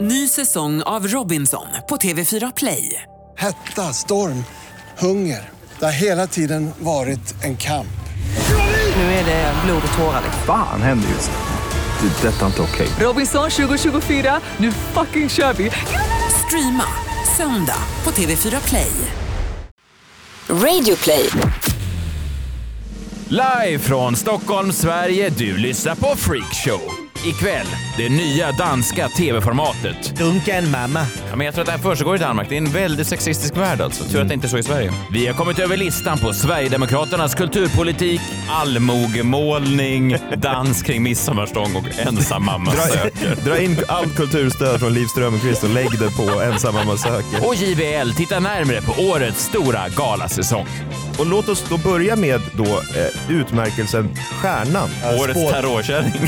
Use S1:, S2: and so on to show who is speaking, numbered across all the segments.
S1: Ny säsong av Robinson på TV4 Play.
S2: Hetta, storm, hunger. Det har hela tiden varit en kamp.
S1: Nu är det blod och tårar.
S3: Fan händer just nu. Det. är Detta är inte okej.
S1: Robinson 2024, nu fucking kör vi! Streama söndag på TV4 Play.
S4: Radio play.
S5: Live från Stockholm, Sverige. Du lyssnar på Freakshow. Ikväll, det nya danska tv-formatet.
S6: Dunka en mamma.
S5: Ja, men jag tror att det här försiggår i Danmark. Det är en väldigt sexistisk värld alltså. Tur att det inte är så i Sverige. Vi har kommit över listan på Sverigedemokraternas kulturpolitik, allmogemålning, dans kring midsommarstång och ensam mamma söker.
S7: Dra in allt kulturstöd från Liv Strömquist och lägg det på Ensamma man söker.
S5: Och JBL tittar närmre på årets stora galasäsong.
S7: Och låt oss då börja med då, eh, utmärkelsen Stjärnan.
S5: Årets terrorkärring.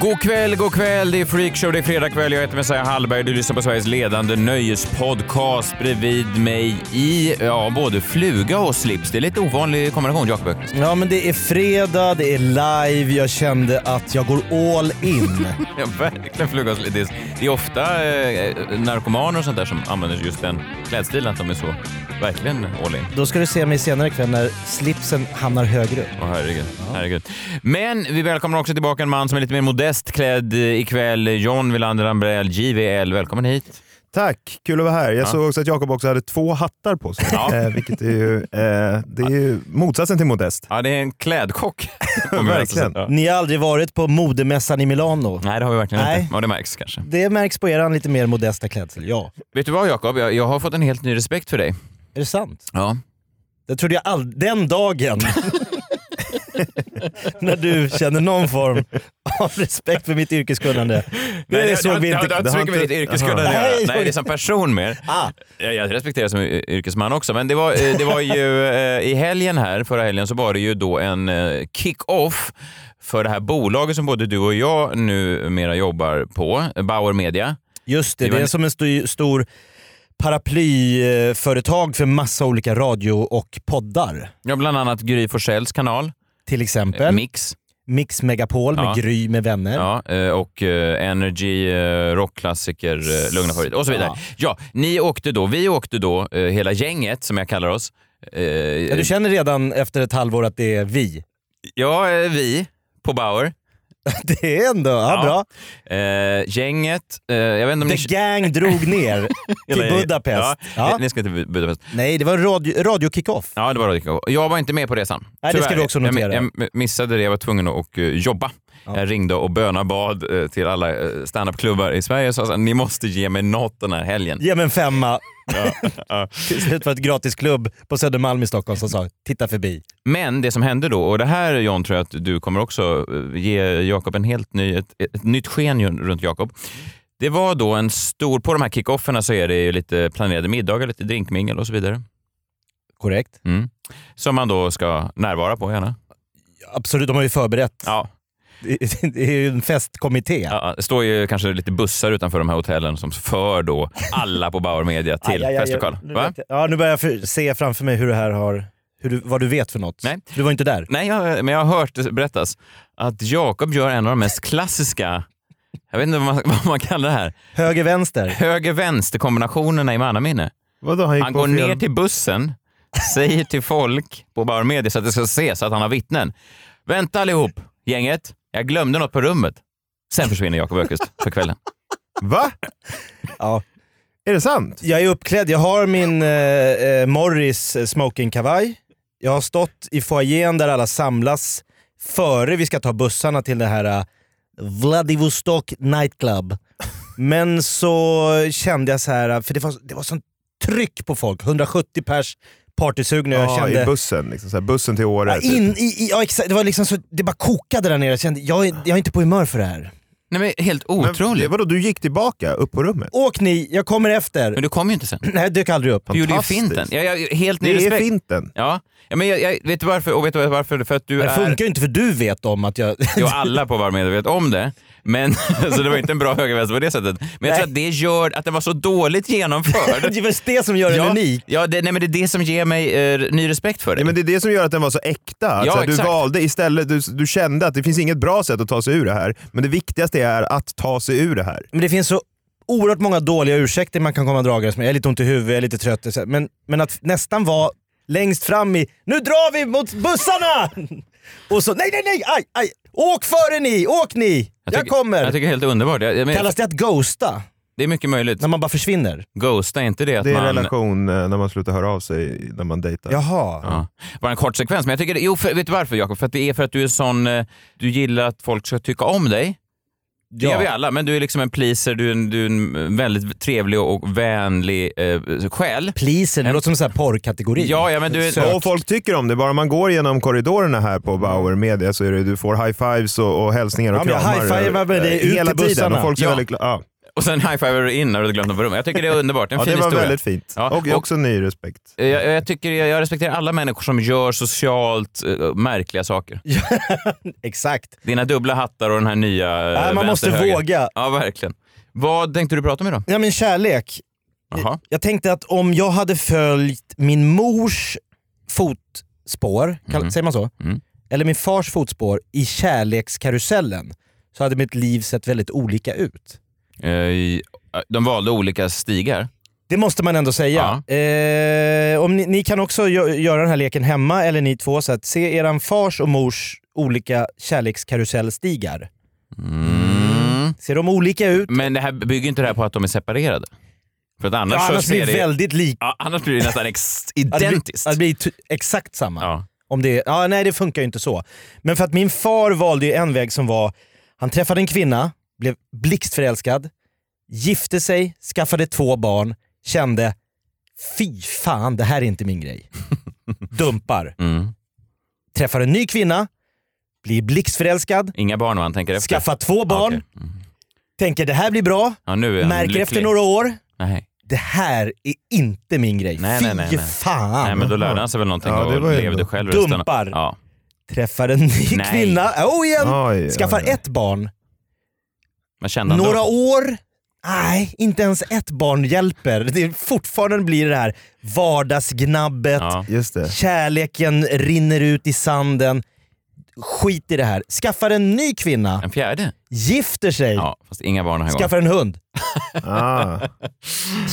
S5: God kväll, god kväll. Det är Freakshow, det är fredag kväll. Jag heter Messiah Hallberg du lyssnar på Sveriges ledande nöjespodcast. Bredvid mig i ja, både fluga och slips. Det är lite ovanlig kombination, Jakob Öqvist.
S6: Ja, men det är fredag, det är live. Jag kände att jag går all in.
S5: Ja, verkligen fluga och slips. Det är, det är ofta eh, narkomaner och sånt där som använder just den klädstilen, att de är så verkligen all in.
S6: Då ska du se mig senare ikväll när slipsen hamnar högre upp.
S5: Åh herregud, herregud. Men vi välkomnar också tillbaka en man som är lite mer modest klädd eh, ikväll. John Wilander Ambrell, JVL. Välkommen hit.
S7: Tack, kul att vara här. Jag såg också att Jakob också hade två hattar på sig.
S5: Ja.
S7: Eh, vilket är ju, eh, det är ju motsatsen till modest.
S5: Ja, det är en klädchock. Om jag rätt
S7: Verkligen.
S5: säger. Ja.
S6: Ni har aldrig varit på modemässan i Milano?
S5: Nej, det har vi verkligen
S6: Nej.
S5: inte. Ja, det märks kanske.
S6: Det märks på eran lite mer modesta klädsel, ja.
S5: Vet du vad Jakob? Jag, jag har fått en helt ny respekt för dig.
S6: Är det sant?
S5: Ja.
S6: Det trodde jag all- den dagen. när du känner någon form av respekt för mitt yrkeskunnande. Nej, det såg vi
S5: Det har-
S6: inte.
S5: det har inte så mycket med ditt yrkeskunnande att
S6: Aha.
S5: göra.
S6: Nej,
S5: Nej, det är som person mer.
S6: Ah,
S5: Jag, jag respekterar som y- yrkesman också, men det var, eh, det var ju eh, i helgen här, förra helgen, så var det ju då en eh, kick-off för det här bolaget som både du och jag numera jobbar på, Bauer Media.
S6: just det,
S5: Det var
S6: det är
S5: en-
S6: som en sto- stor paraplyföretag för massa olika radio och poddar.
S5: Ja, bland annat Gry Forssells kanal,
S6: Till exempel
S5: Mix
S6: Mix Megapol med
S5: Eh, Ja.
S6: Gry med vänner.
S5: ja, eh, och eh, Energy, eh, rockklassiker, eh, Lugna favoriter och så vidare.
S6: Ja.
S5: Ja. ni åkte då, vi åkte då, eh, hela gänget som jag kallar oss. eh,
S6: Ja, du känner redan efter ett halvår att det är vi.
S5: ja, eh, vi på Bauer.
S6: Det är ändå, ja,
S5: Ja.
S6: bra.
S5: Eh, gänget, eh, jag vet inte om ni...
S6: The gang drog ner till
S5: Eller-
S6: Budapest.
S5: Ja,
S6: Ja.
S5: Ni ska till Bu- Budapest.
S6: Nej, det var en radio, radiokick-off.
S5: Ja, det var Radio Kickoff. Jag var inte med på resan.
S6: Nej, det ska
S5: Tyvärr.
S6: du också notera.
S5: Jag, jag missade det. Jag var tvungen att och, eh, jobba. Jag ringde och bönabad eh, till alla eh, standupklubbar i Sverige och sa att ni måste ge mig något den här helgen.
S6: Ge mig en femma. Till slut var det ett gratisklubb på Södermalm i Stockholm som sa “titta förbi”.
S5: Men det som hände då, och det här John tror jag att du kommer också eh, ge Jakob en helt ny, ett, ett nytt sken ju- runt Jakob. Det var då en stor, på de här kickofferna så är det ju lite planerade middagar, lite drinkmingel och så vidare.
S6: Korrekt.
S5: Mm. Som man då ska närvara på gärna.
S6: Absolut, de har ju förberett.
S5: Ja,
S6: Det- Det är ju en festkommitté.
S5: Ja, det står ju kanske lite bussar utanför de här hotellen som för då alla på Bauer Media till
S6: Aj, aj, aj,
S5: festlokal.
S6: nu
S5: Va?
S6: vet jag- Ja, nu börjar jag för, se framför mig hur det här har, hur du, vad du vet för något.
S5: Nej.
S6: Du var inte där.
S5: Nej, jag, men jag har hört det berättas att Jakob gör en av de mest klassiska, jag vet inte vad man, vad man kallar det här,
S6: Höger, vänster.
S5: höger-vänster-kombinationerna i mannaminne.
S7: Vadå, han gick
S5: Han
S7: på
S5: går
S7: fel-
S5: ner till bussen, säger till folk på Bauer Media så att det ska ses att han har vittnen. Vänta allihop, gänget. Jag glömde något på rummet. Sen försvinner Jakob Öqvist för kvällen.
S7: Va?
S6: Ja.
S7: Är det sant?
S6: Jag är uppklädd. Jag har min eh, eh, Morris smokingkavaj. Jag har stått i foajén där alla samlas före vi ska ta bussarna till det här eh, Vladivostok nightclub. Men så kände jag så här, eh, för det var, det var sånt tryck på folk. 170 pers partysugna. Jag
S7: ja,
S6: kände,
S7: i bussen. Liksom, så här, bussen till Åre.
S6: Ja,
S5: typ.
S6: in, i, i, ja, exakt. Det var liksom så, det bara kokade där nere. Jag kände, jag, är- jag är inte på humör för det här.
S5: Nej, men helt
S7: Men
S5: otroligt.
S7: Vadå, du gick tillbaka upp på rummet?
S6: Åk ni, jag kommer efter.
S5: Men du kom ju inte sen.
S6: Nej, jag dök aldrig upp.
S5: Du gjorde ju
S7: Fantastiskt.
S5: finten. Jag, jag, helt ny
S7: Det är
S5: respekt.
S7: finten.
S5: Ja, Ja, men jag, jag vet du varför? Och vet du varför? För att du
S6: Det
S5: är...
S6: funkar ju inte för du vet om att jag...
S5: Jo, alla på Varmedia vet om det. Men, så det var inte en bra högervänster på det sättet. Men jag
S6: Nej.
S5: tror att det gör att den var så dåligt genomförd.
S6: Det är väl det som gör den
S5: ja,
S6: unik.
S5: ja det, nej, men det är det som ger mig eh, ny respekt för dig.
S7: Ja, men det är det som gör att den var så äkta.
S5: Ja,
S7: så här, du
S5: exakt.
S7: valde istället, du, du kände att det finns inget bra sätt att ta sig ur det här, men det viktigaste är att ta sig ur det här.
S6: Men det finns så oerhört många dåliga ursäkter man kan komma dragandes med. Jag är lite ont i huvudet, jag är lite trött. och så här. Men, men att nästan vara längst fram i “Nu drar vi mot bussarna!” och så “Nej, nej, nej! Aj, aj! Åk före ni! Åk ni! Jag,
S5: tycker-
S6: kommer!”
S5: Jag tycker det är helt underbart. Jag, jag, men,
S6: Kallas Mm. det att ghosta?
S5: det är mycket möjligt.
S6: När man bara försvinner?
S5: Ghosta, är inte det att
S7: Det är en
S5: man...
S7: relation eh, när man slutar höra av sig när man dejtar.
S6: Jaha.
S5: Ja. Bara en kort sekvens. Men jag tycker, jo, för, vet du varför Jakob? För att det är för att du är sån... eh, Du gillar att folk ska tycka om dig. Det
S6: Ja.
S5: gör vi alla, men du är liksom en pleaser, du är en, du är en väldigt trevlig och vänlig eh, själ.
S6: Pleaser, det låter som en sån här porrkategori.
S5: Ja, ja, men du är-
S6: Sök.
S7: Och folk tycker om det. Bara man går genom korridorerna här på Bauer Media så är det, du får high-fives och, och hälsningar och
S6: Ja, men jag
S7: kramar.
S6: high-fivar med dig
S7: eh,
S6: ut
S7: Hela
S6: till bussarna.
S7: tiden. Och folk är
S5: Ja.
S7: väldigt gla- ja.
S5: Och sen high-fivar du in när du hade glömt dem på rummet. Jag tycker det är underbart. En
S7: ja,
S5: fin
S7: det var
S5: historia.
S7: väldigt fint.
S5: Ja,
S7: Och,
S5: och-
S7: också ny respekt.
S5: Eh, Jag, jag, tycker, jag, jag respekterar alla människor som gör socialt eh, märkliga saker.
S6: Exakt.
S5: Dina dubbla hattar och den här nya... eh,
S6: Nej, man måste
S5: vänster-höger.
S6: våga.
S5: Ja, verkligen. Vad tänkte du prata om idag?
S6: Ja, men kärlek.
S5: Jaha.
S6: Jag tänkte att om jag hade följt min mors fotspår, kall- säger man så?
S5: Mm.
S6: Eller min fars fotspår i kärlekskarusellen så hade mitt liv sett väldigt olika ut.
S5: Eh, i- eh, De valde olika stigar.
S6: Det måste man ändå säga. Eh, om ni, ni kan också gö- göra den här leken hemma, eller ni två, så att se eran fars och mors olika kärlekskarusellstigar.
S5: Mm.
S6: Ser de olika ut?
S5: Men det här bygger inte det här på att de är separerade? För att annars,
S6: Ja,
S5: så
S6: annars
S5: ser
S6: blir
S5: det...
S6: det väldigt lika.
S5: Ja, annars blir det nästan ex-
S6: Att det blir-
S5: identiskt.
S6: Att det blir ty- exakt samma.
S5: Ja.
S6: Om det, ja, nej, det funkar ju inte så. Men för att min far valde ju en väg som var, han träffade en kvinna, blev blixtförälskad, gifte sig, skaffade två barn, kände fy fan, det här är inte min grej. Dumpar.
S5: Mm.
S6: Träffar en ny kvinna, blir blixtförälskad,
S5: Inga barn va, han tänker efter?
S6: skaffar två
S5: Ja,
S6: barn,
S5: okej. Mm.
S6: tänker det här blir bra,
S5: Ja, nu är han
S6: märker
S5: lycklig.
S6: efter några år,
S5: Nej.
S6: det här är inte min grej.
S5: Nej,
S6: fy
S5: nej, nej, nej.
S6: fan.
S5: Nej, men då lärde han sig väl någonting
S7: Ja, det
S5: och
S7: var ju
S5: levde
S7: ändå-
S5: själv resten av-
S6: Dumpar.
S5: Ja.
S6: Träffar en ny
S5: Nej.
S6: kvinna, oh igen,
S7: Oj, oj,
S6: skaffar
S7: oj.
S6: ett barn,
S5: Men kände han
S6: Några
S5: då?
S6: år? Nej, inte ens ett barn hjälper. Det är fortfarande blir det här vardagsgnabbet,
S5: Ja.
S7: Just det.
S6: kärleken rinner ut i sanden. Skit i det här. Skaffar en ny kvinna,
S5: En fjärde?
S6: gifter sig,
S5: Ja, fast inga barn den här gången.
S6: skaffar en hund.
S7: Ah.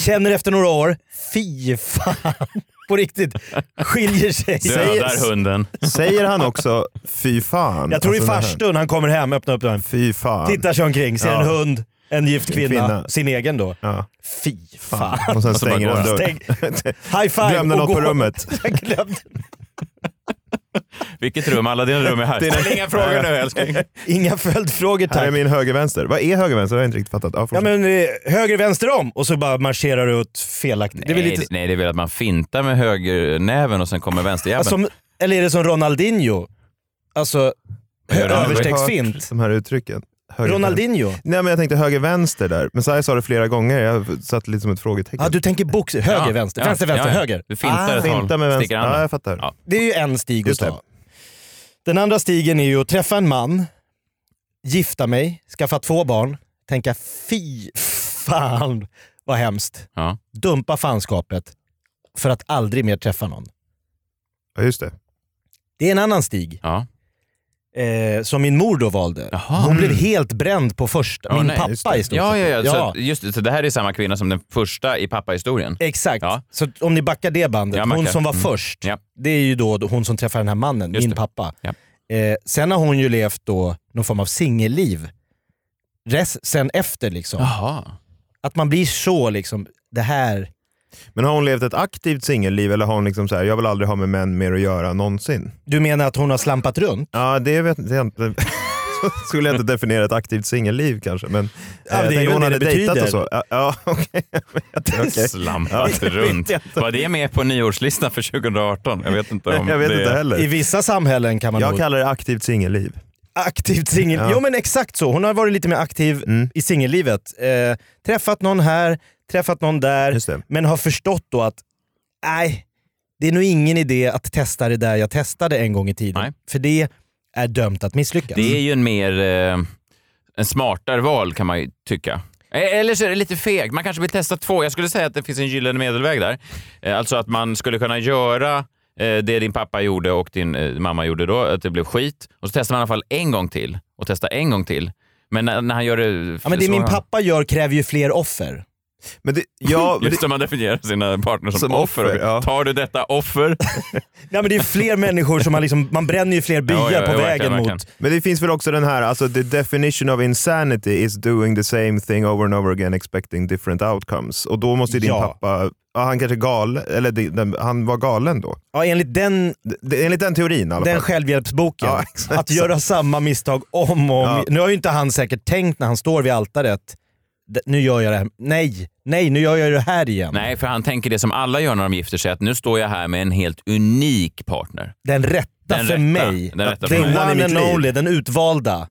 S6: Känner efter några år, fy fan. På riktigt, skiljer sig.
S5: Dödar hunden.
S7: Säger han också fy fan?
S6: Jag tror i
S7: Alltså, den här-
S6: farstun han kommer hem, öppnar upp dörren.
S7: Fy fan.
S6: Tittar sig omkring, ser
S7: Ja.
S6: en hund, en gift kvinna,
S7: kvinna.
S6: sin egen då.
S7: Ja.
S6: Fy fan.
S7: Och sen
S5: Och så bara
S7: stänger
S5: går
S7: han
S5: han.
S7: dörren.
S6: Tänk, high five
S7: Glömde
S6: och
S7: något på
S6: gå.
S7: rummet.
S6: Jag glömde.
S5: Vilket rum? Alla dina rum är här. Ställ inga frågor nu älskling.
S6: Inga följdfrågor
S7: Här är
S6: tack.
S7: min höger-vänster. Vad är höger-vänster? Det har jag inte riktigt fattat. Ja,
S6: Ja,
S7: fortsätt.
S6: men, eh, höger, vänster om och så bara marscherar du åt felaktigt.
S5: Nej, det är nej, det är väl att man fintar med högernäven och sen kommer vänsterjäveln.
S6: alltså, som- eller är det som Ronaldinho? Alltså, hö-
S5: gör han?
S6: överstegsfint.
S7: de här uttrycken. Höger-
S6: Ronaldinho?
S7: Nej men jag tänkte höger-vänster där, men Sahi sa det flera gånger, jag satt lite som ett frågetecken.
S6: Ja, du tänker box Höger,
S5: Ja,
S6: vänster.
S5: ja,
S6: Vänster, vänster,
S5: ja, ja.
S6: höger.
S5: Du fintar ett håll,
S7: Finta med vänster.
S5: sticker handen.
S7: Ja, jag fattar.
S5: Ja.
S6: Det är ju en stig att
S7: Just det.
S6: ta. Den andra stigen är ju att träffa en man, gifta mig, skaffa två barn, tänka fy fan vad hemskt.
S5: Ja.
S6: Dumpa fanskapet för att aldrig mer träffa någon.
S7: Ja, just det.
S6: Det är en annan stig.
S5: Ja.
S6: eh, som min mor då valde.
S5: Jaha. Mm.
S6: Hon blev helt bränd på första,
S5: Ja,
S6: min
S5: nej,
S7: just
S6: pappa
S7: det.
S6: i stort
S5: Ja, ja,
S6: sett.
S5: ja. Så, att- just det, så det här är samma kvinna som den första i pappahistorien.
S6: Exakt.
S5: Ja.
S6: Så att om ni backar det bandet,
S5: Ja,
S6: hon
S5: backar.
S6: som var
S5: Mm.
S6: först,
S5: Ja.
S6: det är ju då hon som träffar den här mannen,
S5: Just
S6: min
S5: det.
S6: pappa.
S5: Ja.
S6: Eh, sen har hon ju levt då någon form av singelliv. Res- sen efter liksom.
S5: Jaha.
S6: Att man blir så liksom, det här...
S7: Men har hon levt ett aktivt singelliv eller har hon liksom så här, jag vill aldrig ha med män mer att göra någonsin?
S6: Du menar att hon har slampat runt?
S7: Ja, det vet det är inte. Så skulle jag inte definiera ett aktivt singelliv kanske, men
S6: det är
S7: eh, jag
S6: väl
S7: tänker om hon
S6: det
S7: hade
S6: det
S7: dejtat och
S6: betyder.
S7: så. Ja, Ja, okej. Okej.
S5: Slampat runt. Var det med på nyårslistan för 2018? Jag vet inte om
S7: Jag vet
S5: det...
S7: inte
S6: I
S7: heller.
S6: vissa samhällen kan man
S7: Jag
S6: nog...
S7: kallar det aktivt singelliv.
S6: Aktivt singel...
S7: Ja.
S6: Jo men exakt så, hon har varit lite mer aktiv
S7: Mm.
S6: i singellivet. Eh, träffat någon här, träffat någon där.
S7: Just det.
S6: Men har förstått då att, nej, det är nog ingen idé att testa det där jag testade en gång i tiden.
S5: Nej.
S6: För det är dömt att misslyckas.
S5: Det är ju en mer... Eh, en smartare val kan man ju tycka. E- Eller så är det lite fegt. Man kanske vill testa två. Jag skulle säga att det finns en gyllene medelväg där. Eh, Alltså att man skulle kunna göra eh, det din pappa gjorde och din eh, mamma gjorde då, att det blev skit. Och så testar man i alla fall en gång till och testar en gång till. Men när, när han gör det...
S6: Ja, men det
S5: så-
S6: min pappa gör kräver ju fler offer.
S7: Men det, ja, men
S5: Just
S7: det,
S5: som man definierar sina partner som,
S7: Som
S5: offer.
S7: offer, ja.
S5: Tar du detta offer?
S6: Nej, men det är fler människor som man liksom, man bränner ju fler byar
S5: Ja, ja, ja,
S6: på
S5: verkligen,
S6: vägen mot.
S5: verkligen.
S7: men det finns väl också den här, alltså the definition of insanity is doing the same thing over and over again expecting different outcomes. Och då måste ju din
S6: Ja.
S7: pappa, ja, han kanske gal, eller det- den, han var galen då.
S6: Ja, enligt den,
S7: Det- Det, enligt den teorin i alla
S6: den
S7: fall.
S6: självhjälpsboken.
S7: Ja, exakt.
S6: att göra samma misstag om och om.
S7: Ja.
S6: Nu har ju inte han säkert tänkt när han står vid altaret, "D- nu gör jag det här. Nej, nej, nu gör jag det här igen.
S5: Nej, för han tänker det som alla gör när de gifter sig, att nu står jag här med en helt unik partner.
S6: Den rätta
S5: Den
S6: för
S5: rätta.
S6: mig.
S5: Den rätta
S6: The
S5: för mig.
S7: Han i
S6: one
S7: mitt
S6: and
S7: liv.
S6: only, den utvalda.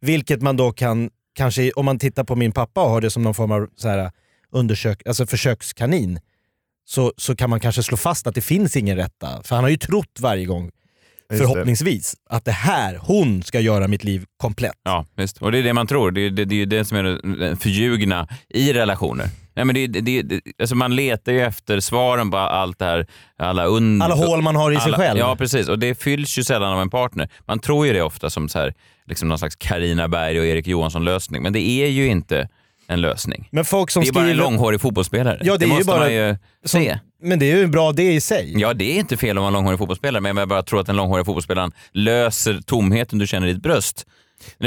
S6: Vilket man då kan, kanske om man tittar på min pappa och har det som någon form av så här, undersök, alltså försökskanin, så, så kan man kanske slå fast att det finns ingen rätta. För han har ju trott varje gång,
S7: det.
S6: förhoppningsvis, att det här, hon ska göra mitt liv komplett.
S5: Ja, visst. Och det är det man tror. Det är det, det, är ju det som är det förljugna i relationer. Nej, men det, det, det, alltså man letar ju efter svaren på allt det här. Alla, und-
S6: Alla hål man har i sig
S5: Mm. alla-
S6: själv.
S5: Ja, precis. Och det fylls ju sällan av en partner. Man tror ju det ofta som så här, liksom någon slags Carina Berg och Erik Johansson-lösning, men det är ju inte en lösning.
S6: Men folk som
S5: det är bara en
S6: skriver...
S5: långhårig fotbollsspelare.
S6: Ja, det är ju
S5: måste
S6: bara-
S5: man ju
S6: som-
S5: se.
S6: Men det är ju en bra det i sig.
S5: Ja, det är inte fel om man är långhårig fotbollsspelare, men jag bara tror att den långhåriga fotbollsspelaren löser tomheten du känner i ditt bröst. Nu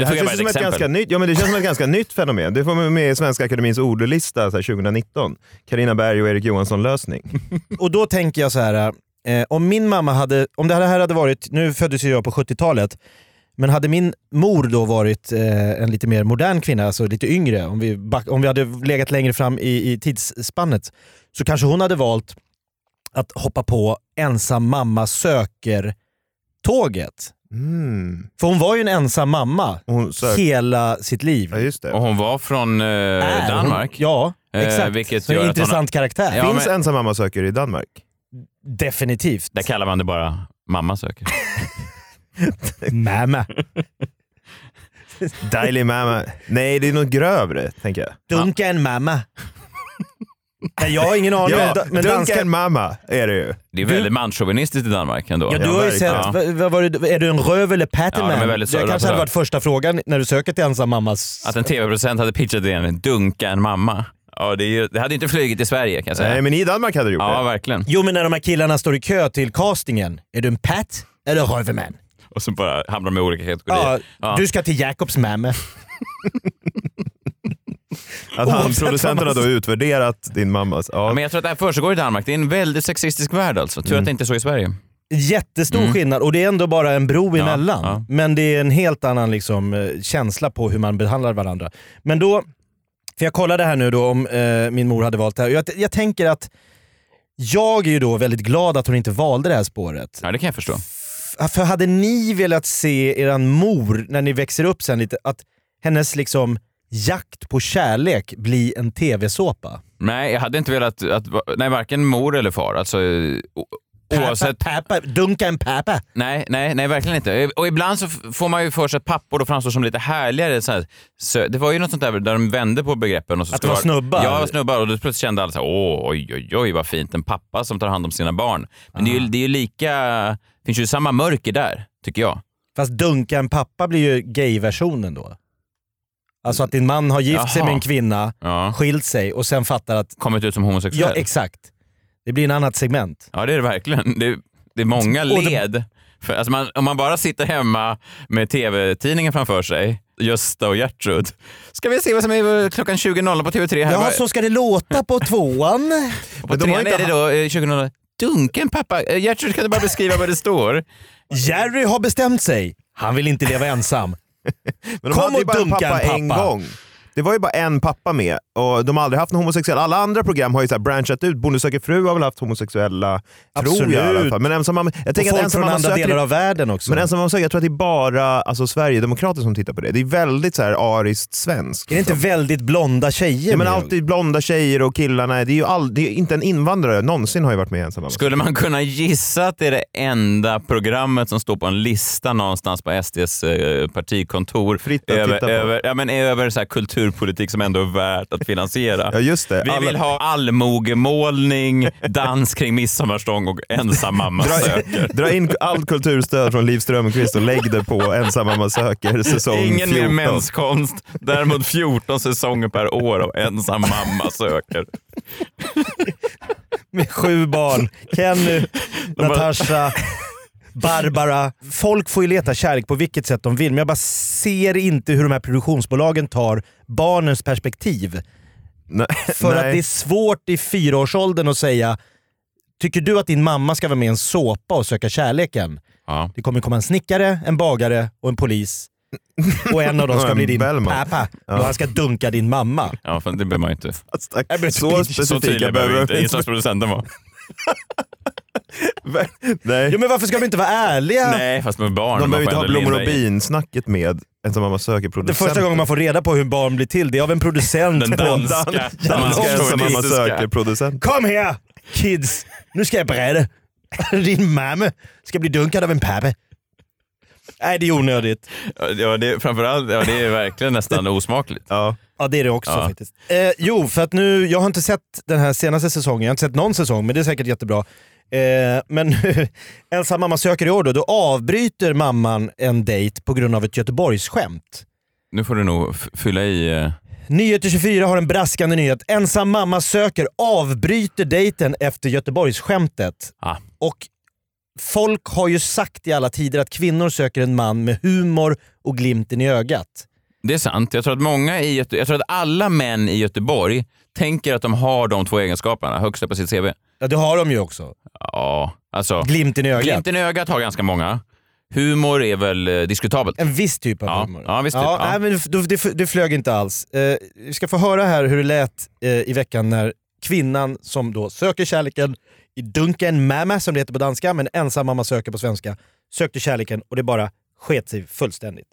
S7: Alltså, Det här
S5: tog jag
S7: känns
S5: bara ett
S7: som ett
S5: exempel.
S7: ganska nytt, ja, men det känns som ett ganska nytt fenomen. Det får man med i Svenska Akademins ordlista så här 2019. Carina Berg och Erik Johansson-lösning.
S6: Och då tänker jag så här. Eh, om min mamma hade, om det här hade varit, nu föddes ju jag på 70-talet, men hade min mor då varit eh, en lite mer modern kvinna, alltså lite yngre, om vi, back, om vi hade legat längre fram i, i tidsspannet, så kanske hon hade valt att hoppa på ensam mamma söker-tåget.
S7: Mm.
S6: För hon var ju en ensam mamma
S7: Hon sök,
S6: hela sitt liv.
S7: ja, just det.
S5: Och hon var från eh,
S6: Är Äh, hon-
S5: Danmark.
S6: Ja,
S5: Eh,
S6: exakt.
S5: vilket
S6: så en
S5: gör att hon
S6: intressant karaktär.
S5: Ja,
S7: Finns
S5: men-
S7: ensam mamma söker i Danmark?
S6: Definitivt.
S5: Där kallar man det bara mamma söker.
S6: Mamma.
S7: Daily mamma. Nej, det är något grövre, tänker jag.
S6: Dunken mamma. Nej, jag har ingen aning.
S7: Ja,
S6: men, men
S7: Duncan
S6: danska...
S7: mamma är det ju.
S5: Det är väldigt manschauvinistiskt i Danmark ändå.
S6: Ja, du har ju
S7: verkligen.
S5: Ja.
S6: sett, vad, vad var det, är du en röv eller
S5: Ja, de är
S6: patterman?
S5: väldigt
S6: det
S5: stora
S6: kanske
S5: på
S6: hade
S5: det.
S6: varit första frågan när du söker till ensam mammas...
S5: Att en tv-producent hade pitchat det en dunka en mamma. Ja, det, är ju, det hade inte flugit i Sverige kan jag säga.
S7: Nej, men i Danmark hade du gjort
S5: Ja,
S7: det.
S5: verkligen.
S6: Jo men när de här killarna står i kö till castingen, är du en pat eller röveman?
S5: Och så bara hamnar de i olika
S6: Ja,
S5: kategorier.
S6: Du ska till Jakobs mamma.
S7: Att han,
S6: Oavsett vad
S7: producenten
S6: man
S7: har då utvärderat din mammas. Ja.
S5: Ja, Men jag tror att det här försiggår i Danmark. Det är en väldigt sexistisk värld alltså.
S6: Mm.
S5: Tur att det inte är så i Sverige.
S6: Jättestor skillnad och det är ändå bara en bro
S5: Mm. Ja,
S6: emellan.
S5: ja.
S6: Men det är en helt annan liksom, eh, känsla på hur man behandlar varandra. Men då, för jag kollade här nu då om eh, min mor hade valt det här. Jag, jag tänker att jag är ju då väldigt glad att hon inte valde det här spåret.
S5: Ja, det kan jag förstå.
S6: F- För hade ni velat se eran mor, när ni växer upp sen lite, att hennes liksom jakt på kärlek bli en tv-såpa?
S5: Nej, jag hade inte velat att... Nej, varken mor eller far. Alltså, eh, o- oavsett
S6: Pappa, pappa, dunka en pappa.
S5: Nej, nej, nej, verkligen inte. Eh, Och ibland så f- får man ju för sig att pappor då framstår som lite härligare. Så här, sö- det var ju något sånt där där de vände på begreppen. Och så
S6: Att
S5: skulle
S6: det var
S5: vara-
S6: snubbar?
S5: Ja, det var snubbar. Och då plötsligt kände alla så här, åh, oj, oj, oj, vad fint. En pappa som tar hand om sina barn. Men det är,
S6: Ah.
S5: ju, det är ju lika... Det finns ju samma mörker där, tycker jag.
S6: Fast dunka en pappa blir ju gay-versionen då. Alltså att din man har gift sig
S5: Jaha.
S6: med en kvinna,
S5: Ja.
S6: skilt sig och sen fattar att...
S5: Kommit ut som homosexuell.
S6: Ja,
S5: Ja,
S6: exakt. Det blir en annat segment.
S5: det är det verkligen. Det är, det är många
S6: Och det-
S5: led. För, alltså man, om man bara sitter hemma med tv-tidningen framför sig, Gösta och Gertrud. Ska vi se vad som är klockan 20.00 på TV3 här?
S6: Ja,
S5: Vad-
S6: så ska det låta på tvåan.
S5: På
S7: de har
S5: trean
S7: inte
S5: är det då eh, 2000 Dunken pappa. Eh, Gertrud kan du bara beskriva vad det står?
S6: Jerry har bestämt sig. Han vill inte leva ensam.
S7: Men de
S6: Kom
S7: hade ju
S6: och
S7: bara en
S6: dunka
S7: pappa
S6: en
S7: en
S6: pappa.
S7: gång. Det var ju bara en pappa med Och de har aldrig haft en homosexuell. Alla andra program har ju så här branchat ut. Bonde söker fru har väl haft homosexuella, tror jag i alla
S6: Absolut.
S7: fall. Men ensam mamma, jag
S6: Och
S7: tänker att
S6: folk
S7: ensam
S6: från
S7: mamma
S6: andra
S7: söker
S6: delar
S7: i-
S6: av världen också.
S7: men ensam mamma söker, jag tror att det är bara alltså, sverigedemokrater som tittar på det. Det är väldigt så här ariskt svenskt. liksom.
S6: är det inte väldigt blonda tjejer
S7: Ja, men
S6: med?
S7: alltid blonda tjejer och killarna. Det är ju all, det är inte en invandrare någonsin har ju varit med i ensam mamma.
S5: Skulle man kunna gissa att det är det enda programmet som står på en lista någonstans på SDs eh, partikontor
S7: Fritt att
S5: över,
S7: titta på.
S5: över, ja, men över så här kulturpolitik som ändå är värt att finansiera?
S7: Ja just det.
S5: Vi
S7: Alla-
S5: vill ha allmogemålning, dans kring midsommarstång och Alltså, ensam mamma söker.
S7: Dra in allt kulturstöd från Liv Strömquist och lägg det på Ensam mamma söker säsong
S5: Ingen
S7: 14.
S5: mer menskonst, däremot 14 säsonger per år av ensam mamma söker.
S6: med sju barn. Kenny, Natasha, Barbara. Folk får ju leta kärlek på vilket sätt de vill, men jag bara ser inte hur de här produktionsbolagen tar barnens perspektiv.
S7: Nej,
S6: För
S7: nej.
S6: att det är svårt i fyraårsåldern att säga Tycker du att din mamma ska vara med i en såpa och söka kärleken?
S5: Ja.
S6: Det kommer komma en snickare, en bagare och en polis. Och en av dem ska
S7: Och en
S6: bli din
S7: Bellman.
S6: pappa och han ska dunka din mamma.
S5: Ja, för det behöver man ju inte.
S7: Stack-
S6: Jag blir
S7: så
S6: så
S5: Så
S7: specifika
S5: tydliga behöver vi
S7: behöver
S5: inte
S7: vi inte
S5: inslagsproducenten vara.
S7: vara. Nej.
S6: Jo men varför ska de inte vara ärliga?
S5: Nej, fast med barn.
S7: De
S5: man
S7: behöver
S5: får
S7: inte ha
S5: ändå
S7: blommor och
S5: linda i.
S7: bin-snacket med Ensam mamma söker
S6: Det är
S7: producenten.
S6: första gången man får reda på hur barn blir till, det är av en producent
S5: Den
S6: på
S5: danska- danska
S7: Danska Ensam mamma
S5: chauvinistiska.
S7: söker producent.
S6: Kom här kids, nu ska jag berätta. Din mamma ska bli dunkad av en pappa. Nej, det är onödigt.
S5: Ja, det är, framförallt, ja, det är verkligen nästan osmakligt.
S7: Ja.
S6: Ja, det är det också
S5: Ja.
S6: faktiskt. Eh, jo, för att nu, jag har inte sett den här senaste säsongen, jag har inte sett någon säsong, men det är säkert jättebra. Eh, men Ensam mamma söker i år då, då avbryter mamman en dejt på grund av ett Göteborgsskämt.
S5: Nu får du nog f- fylla i. eh,
S6: Nyheter 24 har en braskande nyhet. Ensam mamma söker avbryter dejten efter Göteborgsskämtet.
S5: Ah.
S6: Och folk har ju sagt i alla tider att kvinnor söker en man med humor och glimten i ögat.
S5: Det är sant. Jag tror, att många i Göte- jag tror att alla män i Göteborg tänker att de har de två egenskaperna högst upp på sitt CV.
S6: Ja, det har de ju också.
S5: Ja, alltså.
S6: Glimten i ögat.
S5: Glimten i ögat har ganska många. Humor är väl eh, diskutabelt.
S6: En viss typ av
S5: Ja,
S6: humor.
S5: ja, viss typ, ja.
S6: Nej, men det- det, det flög inte alls. Eh, vi ska få höra här hur det lät eh, i veckan när kvinnan som då söker kärleken i dunken mamma, som det heter på danska, men ensam mamma söker på svenska, sökte kärleken och det bara sket sig fullständigt.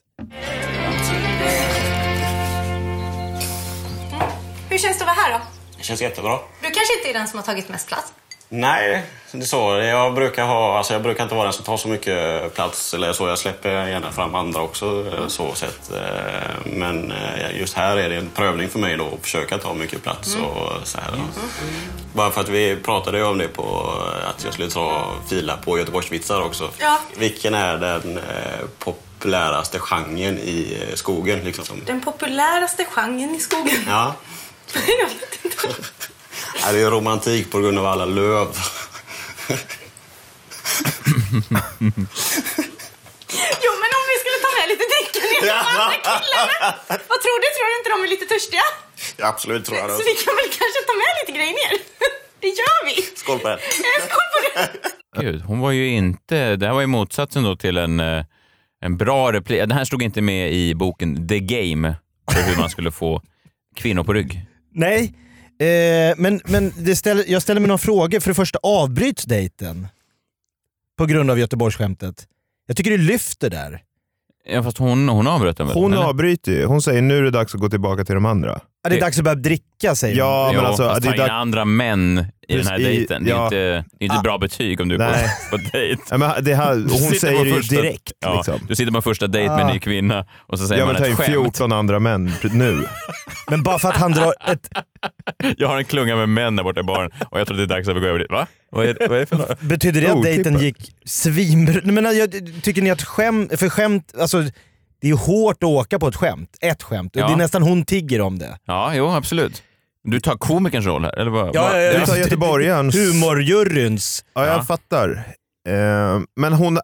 S8: Hur känns det att vara här då?
S9: Det känns jättebra.
S8: Du kanske inte är den som har tagit mest plats?
S9: Nej, det är så. Jag brukar, ha, alltså jag brukar inte vara den som tar så mycket plats. eller så. Jag släpper gärna fram andra också. eh, så sett. Eh, Men eh, just här är det en prövning för mig då att försöka ta mycket plats. Och så här. Bara för att vi pratade ju om det på eh, att jag skulle ta fila på Göteborgsvitsar också.
S8: Ja.
S9: Vilken är den eh, populäraste genren i eh, skogen? Liksom?
S8: Den populäraste genren i skogen.
S9: Ja.
S8: Jag vet inte.
S9: Ja, Det är romantik på grund av alla löv.
S8: Jo, men om vi skulle ta med lite drinken i de andra killarna. Vad tror du? Tror du inte de är lite törstiga?
S9: Absolut tror jag
S8: Så vi kan väl kanske ta med lite grejer ner? Det gör vi!
S9: Skål på det.
S8: Eh, Skål på det!
S5: Gud, hon var ju inte... Det här var ju motsatsen då till en, eh, en bra replik. Den här stod inte med i boken The Game för hur man skulle få kvinnor på rygg.
S6: Nej, eh, men, men det ställer, jag ställer mig några frågor. För det första, avbryts dejten? På grund av Göteborgsskämtet. Jag tycker det lyfter där.
S5: Ja, fast hon, hon avbröt den väl?
S7: Hon
S5: eller?
S7: avbryter ju. Hon säger nu är det dags att gå tillbaka till de andra.
S6: Ja, det är
S5: Det-
S6: dags att börja dricka säger hon.
S7: Ja,
S5: Ja,
S7: men alltså,
S5: fast
S7: det
S5: ta
S7: är
S5: in
S7: dags-
S5: andra män i den här
S7: Precis,
S5: dejten. Det är
S7: ja. Ah.
S5: inte, det är inte ett bra betyg om du går
S7: Nej.
S5: på dejt.
S7: Ja, men det här,
S5: Du sitter
S7: hon
S5: på
S7: säger det ju
S5: första-
S7: direkt.
S5: Ja,
S7: liksom. Ah.
S5: Du sitter på en första dejt med en ny kvinna och så säger
S7: Jag vill
S5: man
S7: ta
S5: ett
S7: in
S5: skämt.
S7: 14 andra män pr- nu.
S6: Men bara för att han drar ett
S5: Jag har en klunga med män där borta i baren och jag tror det är dags att vi går över dit. Va? Vad är, vad är det för något?
S6: Betyder det att
S7: Otippat.
S6: dejten gick svin... Nej, Men jag, tycker ni att skämt... För skämt... Alltså, det är hårt att åka på ett skämt. Ett skämt.
S5: Ja.
S6: Det är nästan hon tigger om det.
S5: Ja, jo absolut. Du tar komikerns roll här, eller vad? vad-
S7: ja. Du tar göteborgarens-
S6: Humorjuryns.
S7: Ja, jag
S5: Ja.
S7: fattar. Eh, men hon,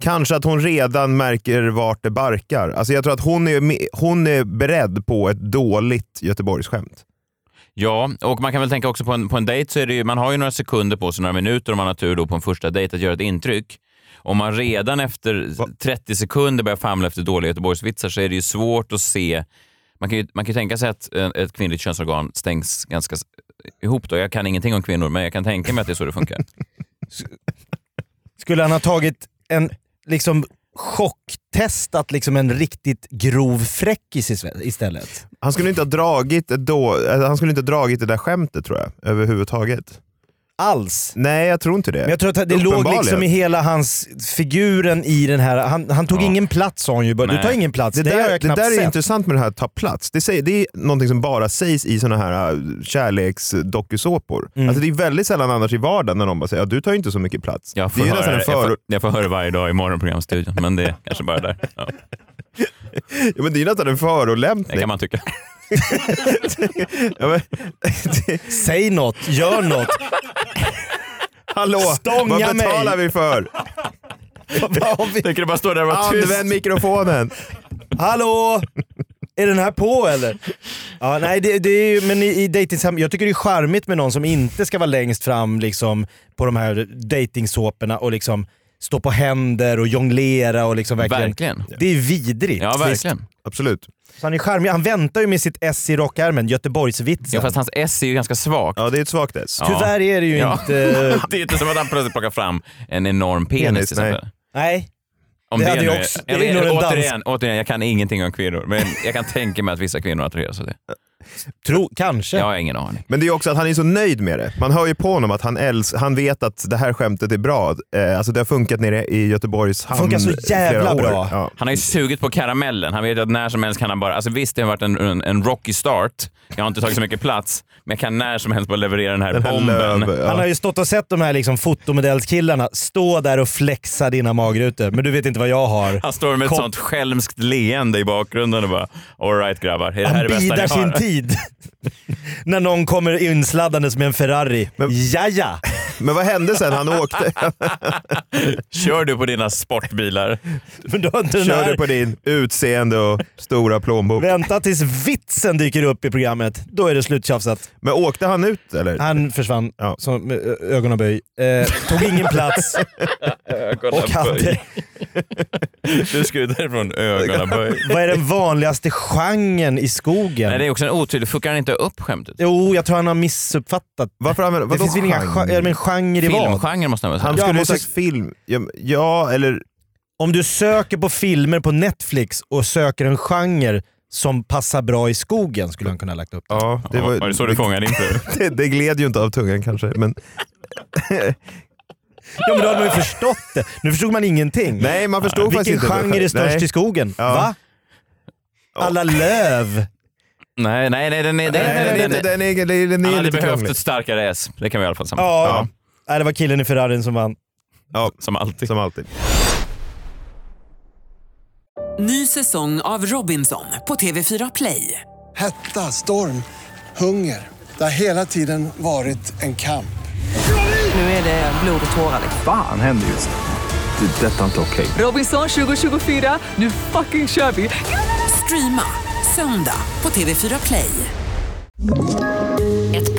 S7: kanske att hon redan märker vart det barkar. Alltså jag tror att hon är, me- hon är beredd på ett dåligt Göteborgsskämt.
S5: Ja, och man kan väl tänka också på en, på en dejt så är det ju, man har ju några sekunder på sig, några minuter om man har tur då på en första dejt att göra ett intryck. Om man redan efter 30 sekunder börjar famla efter dåliga Göteborgsvitsar så är det ju svårt att se Man kan ju, man kan ju tänka sig att eh, ett kvinnligt könsorgan stängs ganska s- eh, ihop. Då. Jag kan ingenting om kvinnor, men jag kan tänka mig att det är så det funkar.
S6: Skulle han ha tagit en liksom chocktestat liksom en riktigt grov fräckis isve- istället?
S7: Han skulle inte ha dragit, ett då, eh, han skulle inte ha dragit det där skämtet tror jag, överhuvudtaget.
S6: Alls.
S7: Nej, jag tror inte det.
S6: Men jag tror att det låg
S7: Uppenbarligen.
S6: liksom i hela hans figuren i den här... Han, han tog
S5: Ja.
S6: ingen plats sa han ju. bara, Du
S5: Nej.
S6: tar ingen plats.
S7: det
S6: Det,
S7: där,
S6: har jag
S7: det
S6: knappt
S7: där är
S6: sett.
S7: intressant med det här att ta plats. Det, säger, det är någonting som bara sägs i såna här äh, kärleksdokusåpor.
S6: Mm.
S7: Alltså det är väldigt sällan annars i vardagen när någon bara säger att du tar ju inte så mycket plats.
S5: Jag
S7: det
S5: får,
S7: är ju
S5: höra,
S7: nästan en
S5: det- jag,
S7: för...
S5: får, jag får höra det varje dag i morgonprogramstudion, men det är kanske bara där. Ja,
S7: ja, men det är ju nästan en
S5: det
S7: förolämpning.
S5: kan man tycka.
S7: Ja, men,
S6: Säg något, gör något.
S7: hallå,
S6: Stånga
S7: vad betalar vi för?
S6: Vad har vi-
S5: Tänker du bara stå där och vara tyst?
S7: Använd mikrofonen.
S6: Hallå! Är den här på eller? Ja, nej, det, det är ju, men i, i dejtingsammanhang, jag tycker det är charmigt med någon som inte ska vara längst fram liksom, på de här dejtingsåporna och liksom stå på händer och jonglera och liksom verkligen.
S5: Verkligen.
S6: Det är vidrigt.
S5: Ja, verkligen.
S7: Absolut.
S6: Visst. Så han är charmig. Han väntar ju med sitt S i rockärmen, Göteborgsvitsen.
S5: Ja, fast hans S är ju ganska svagt.
S7: Ja, det är ett svagt S.
S5: Ja.
S6: Tyvärr är det ju
S5: Ja.
S6: inte...
S5: Det är inte som att han plötsligt plockar fram en enorm penis.
S7: Penis,
S5: till exempel.
S6: Nej.
S5: Om
S6: Det
S5: det,
S6: hade
S5: nu
S6: jag
S5: är-
S6: också- det
S5: jag
S6: är
S5: vet-
S6: nog en dans-
S5: återigen, återigen, jag kan ingenting om kvinnor, men jag kan tänka mig att vissa kvinnor attraheras av det.
S6: Tro, kanske.
S5: Jag har ingen aning.
S7: Men det är också att han är så nöjd med det. Man hör ju på honom att han, äls han vet att det här skämtet är bra. Eh, alltså det har funkat nere i Göteborgs hamn
S6: Funkar så
S7: i flera
S6: jävla
S7: år.
S6: bra.
S7: Ja.
S5: Han har ju sugit på karamellen. Han vet ju att när som helst kan han bara... Alltså visst, det har varit en, en, en rocky start. Jag har inte tagit så mycket plats, men jag kan när som helst bara leverera den här bomben.
S7: Löv, ja.
S6: Han har ju stått och sett de här liksom fotomodellskillarna stå där och flexa dina magrutor, men du vet inte vad jag har.
S5: Han står med ett
S6: Kom-
S5: sånt skälmskt leende i bakgrunden och bara alright grabbar, det här
S6: Han
S5: är det bästa
S6: bidar
S5: ni
S6: sin
S5: har.
S6: tid. När någon kommer insladdandes med en Ferrari.
S7: Men-
S6: Jaja!
S7: Men vad hände sen? Han åkte,
S5: Kör du på dina sportbilar.
S6: Men då har inte den
S7: körde
S6: här...
S7: på din utseende och stora plånbok.
S6: Vänta tills vitsen dyker upp i programmet. Då är det sluttjafsat.
S7: Men åkte han ut eller?
S6: Han försvann
S7: Ja.
S6: som med ö- ögonaböj. Eh, tog ingen plats och hade...
S5: Du ska ju därifrån ögonaböj.
S6: Vad är den vanligaste genren i skogen?
S5: Nej, det är också en otydlig... Fuckar han inte upp skämtet?
S6: Jo, jag tror han har missuppfattat.
S7: Varför använder,
S6: Det
S7: vadå
S6: finns väl inga
S7: genre?
S6: genre, men genre i vad?
S5: Filmgenren måste han väl säga?
S7: Han
S6: Ja,
S7: skulle ju
S6: måste-
S7: sagt film. Ja, men- Ja, eller...
S6: Om du söker på filmer på Netflix och söker en genre som passar bra i skogen skulle han kunna ha lagt upp.
S7: Ja, det var,
S5: var det så du fångade in det?
S7: det, det gled ju inte av tungan kanske. Men,
S6: Ja men då hade man ju förstått det. Nu förstod man ingenting.
S7: nej, man förstod faktiskt
S6: Vilken
S7: inte.
S6: genre är störst i
S7: Nej.
S6: skogen?
S7: Ja.
S6: Va? Alla löv.
S5: Nej, nej, nej. Den är,
S7: Nej,
S5: den,
S7: den är,
S5: den,
S7: inte-
S5: den,
S7: den är, den är, den
S5: han
S7: är
S5: hade
S7: lite
S5: behövt
S7: krånglig.
S5: ett starkare S. Det kan vi i alla fall sammanfatta.
S6: Ja. Nej, det var killen i Ferrarin som vann.
S7: Ja,
S5: Som alltid.
S7: som alltid.
S1: Ny säsong av Robinson på TV4 Play.
S2: Hetta, storm, hunger. Det har hela tiden varit en kamp.
S1: Nu är det blod och tårar.
S3: Fan händer just det. Det är detta inte okej.
S1: Robinson 2024, nu fucking kör vi! Streama söndag på TV4 Play.
S4: Ett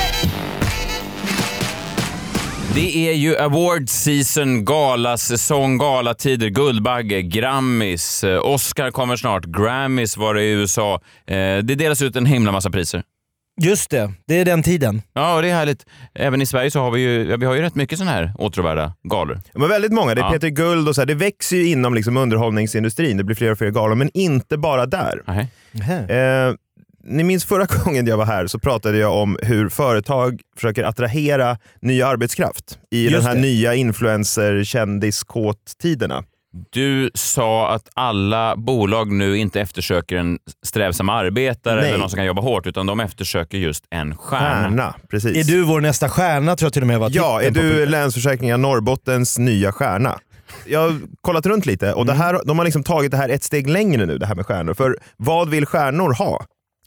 S5: Det är ju awards season, galasäsong, galatider, Guldbagge, Grammis, eh, Oscar kommer snart, Grammys var det i USA. Eh, Det delas ut en himla massa priser.
S6: Just det, det är den tiden.
S5: Ja, och det är härligt. Även i Sverige så har vi ju, ja, vi har ju rätt mycket såna här åtråvärda galor.
S7: Ja, Men väldigt många. Det är
S5: Ja.
S7: Peter Guld och så här. Det växer ju inom liksom underhållningsindustrin. Det blir fler och fler galor, men inte bara där.
S5: Nej.
S7: Eh, ni minns förra gången jag var här så pratade jag om hur företag försöker attrahera ny arbetskraft i
S6: Just
S7: den här
S6: det.
S7: nya influencer kändis tiderna
S5: Du sa att alla bolag nu inte eftersöker en strävsam arbetare
S7: Nej.
S5: eller någon som kan jobba hårt, utan de eftersöker just en stjärna.
S7: Stjärna, precis.
S6: Ah. Är du vår nästa stjärna tror jag till och med var Typ
S7: ja, är
S6: titeln på
S7: du
S6: programmet.
S7: Länsförsäkringar Norrbottens nya stjärna? Jag har kollat runt lite och det
S5: Mm.
S7: här, de har liksom tagit det här ett steg längre nu, det här med stjärnor. För vad vill stjärnor ha?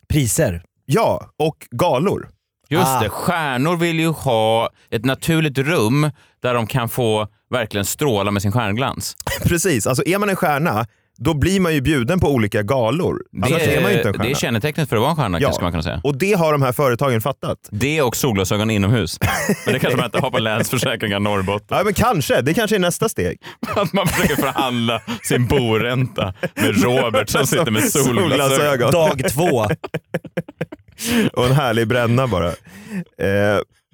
S6: Priser.
S7: Ja, och galor.
S5: Just
S7: Ah.
S5: det, stjärnor vill ju ha ett naturligt rum där de kan få verkligen stråla med sin stjärnglans.
S7: Precis, alltså är man en stjärna, då blir man ju bjuden på olika galor. Annars är
S5: det,
S7: Alltså, man ju inte en
S5: det är
S7: stjärna.
S5: kännetecknet för att vara en stjärna,
S7: Ja.
S5: skulle man kunna säga.
S7: och det har de här företagen fattat.
S5: Det och solglasögon inomhus. Men det kanske man inte har på Länsförsäkringar Norrbotten.
S7: Ja, men kanske. Det kanske är nästa steg.
S5: Att man försöker förhandla sin boränta med Robert som sitter med
S7: Alltså,
S5: solglasögon.
S6: Dag två.
S7: och en härlig bränna bara. Eh,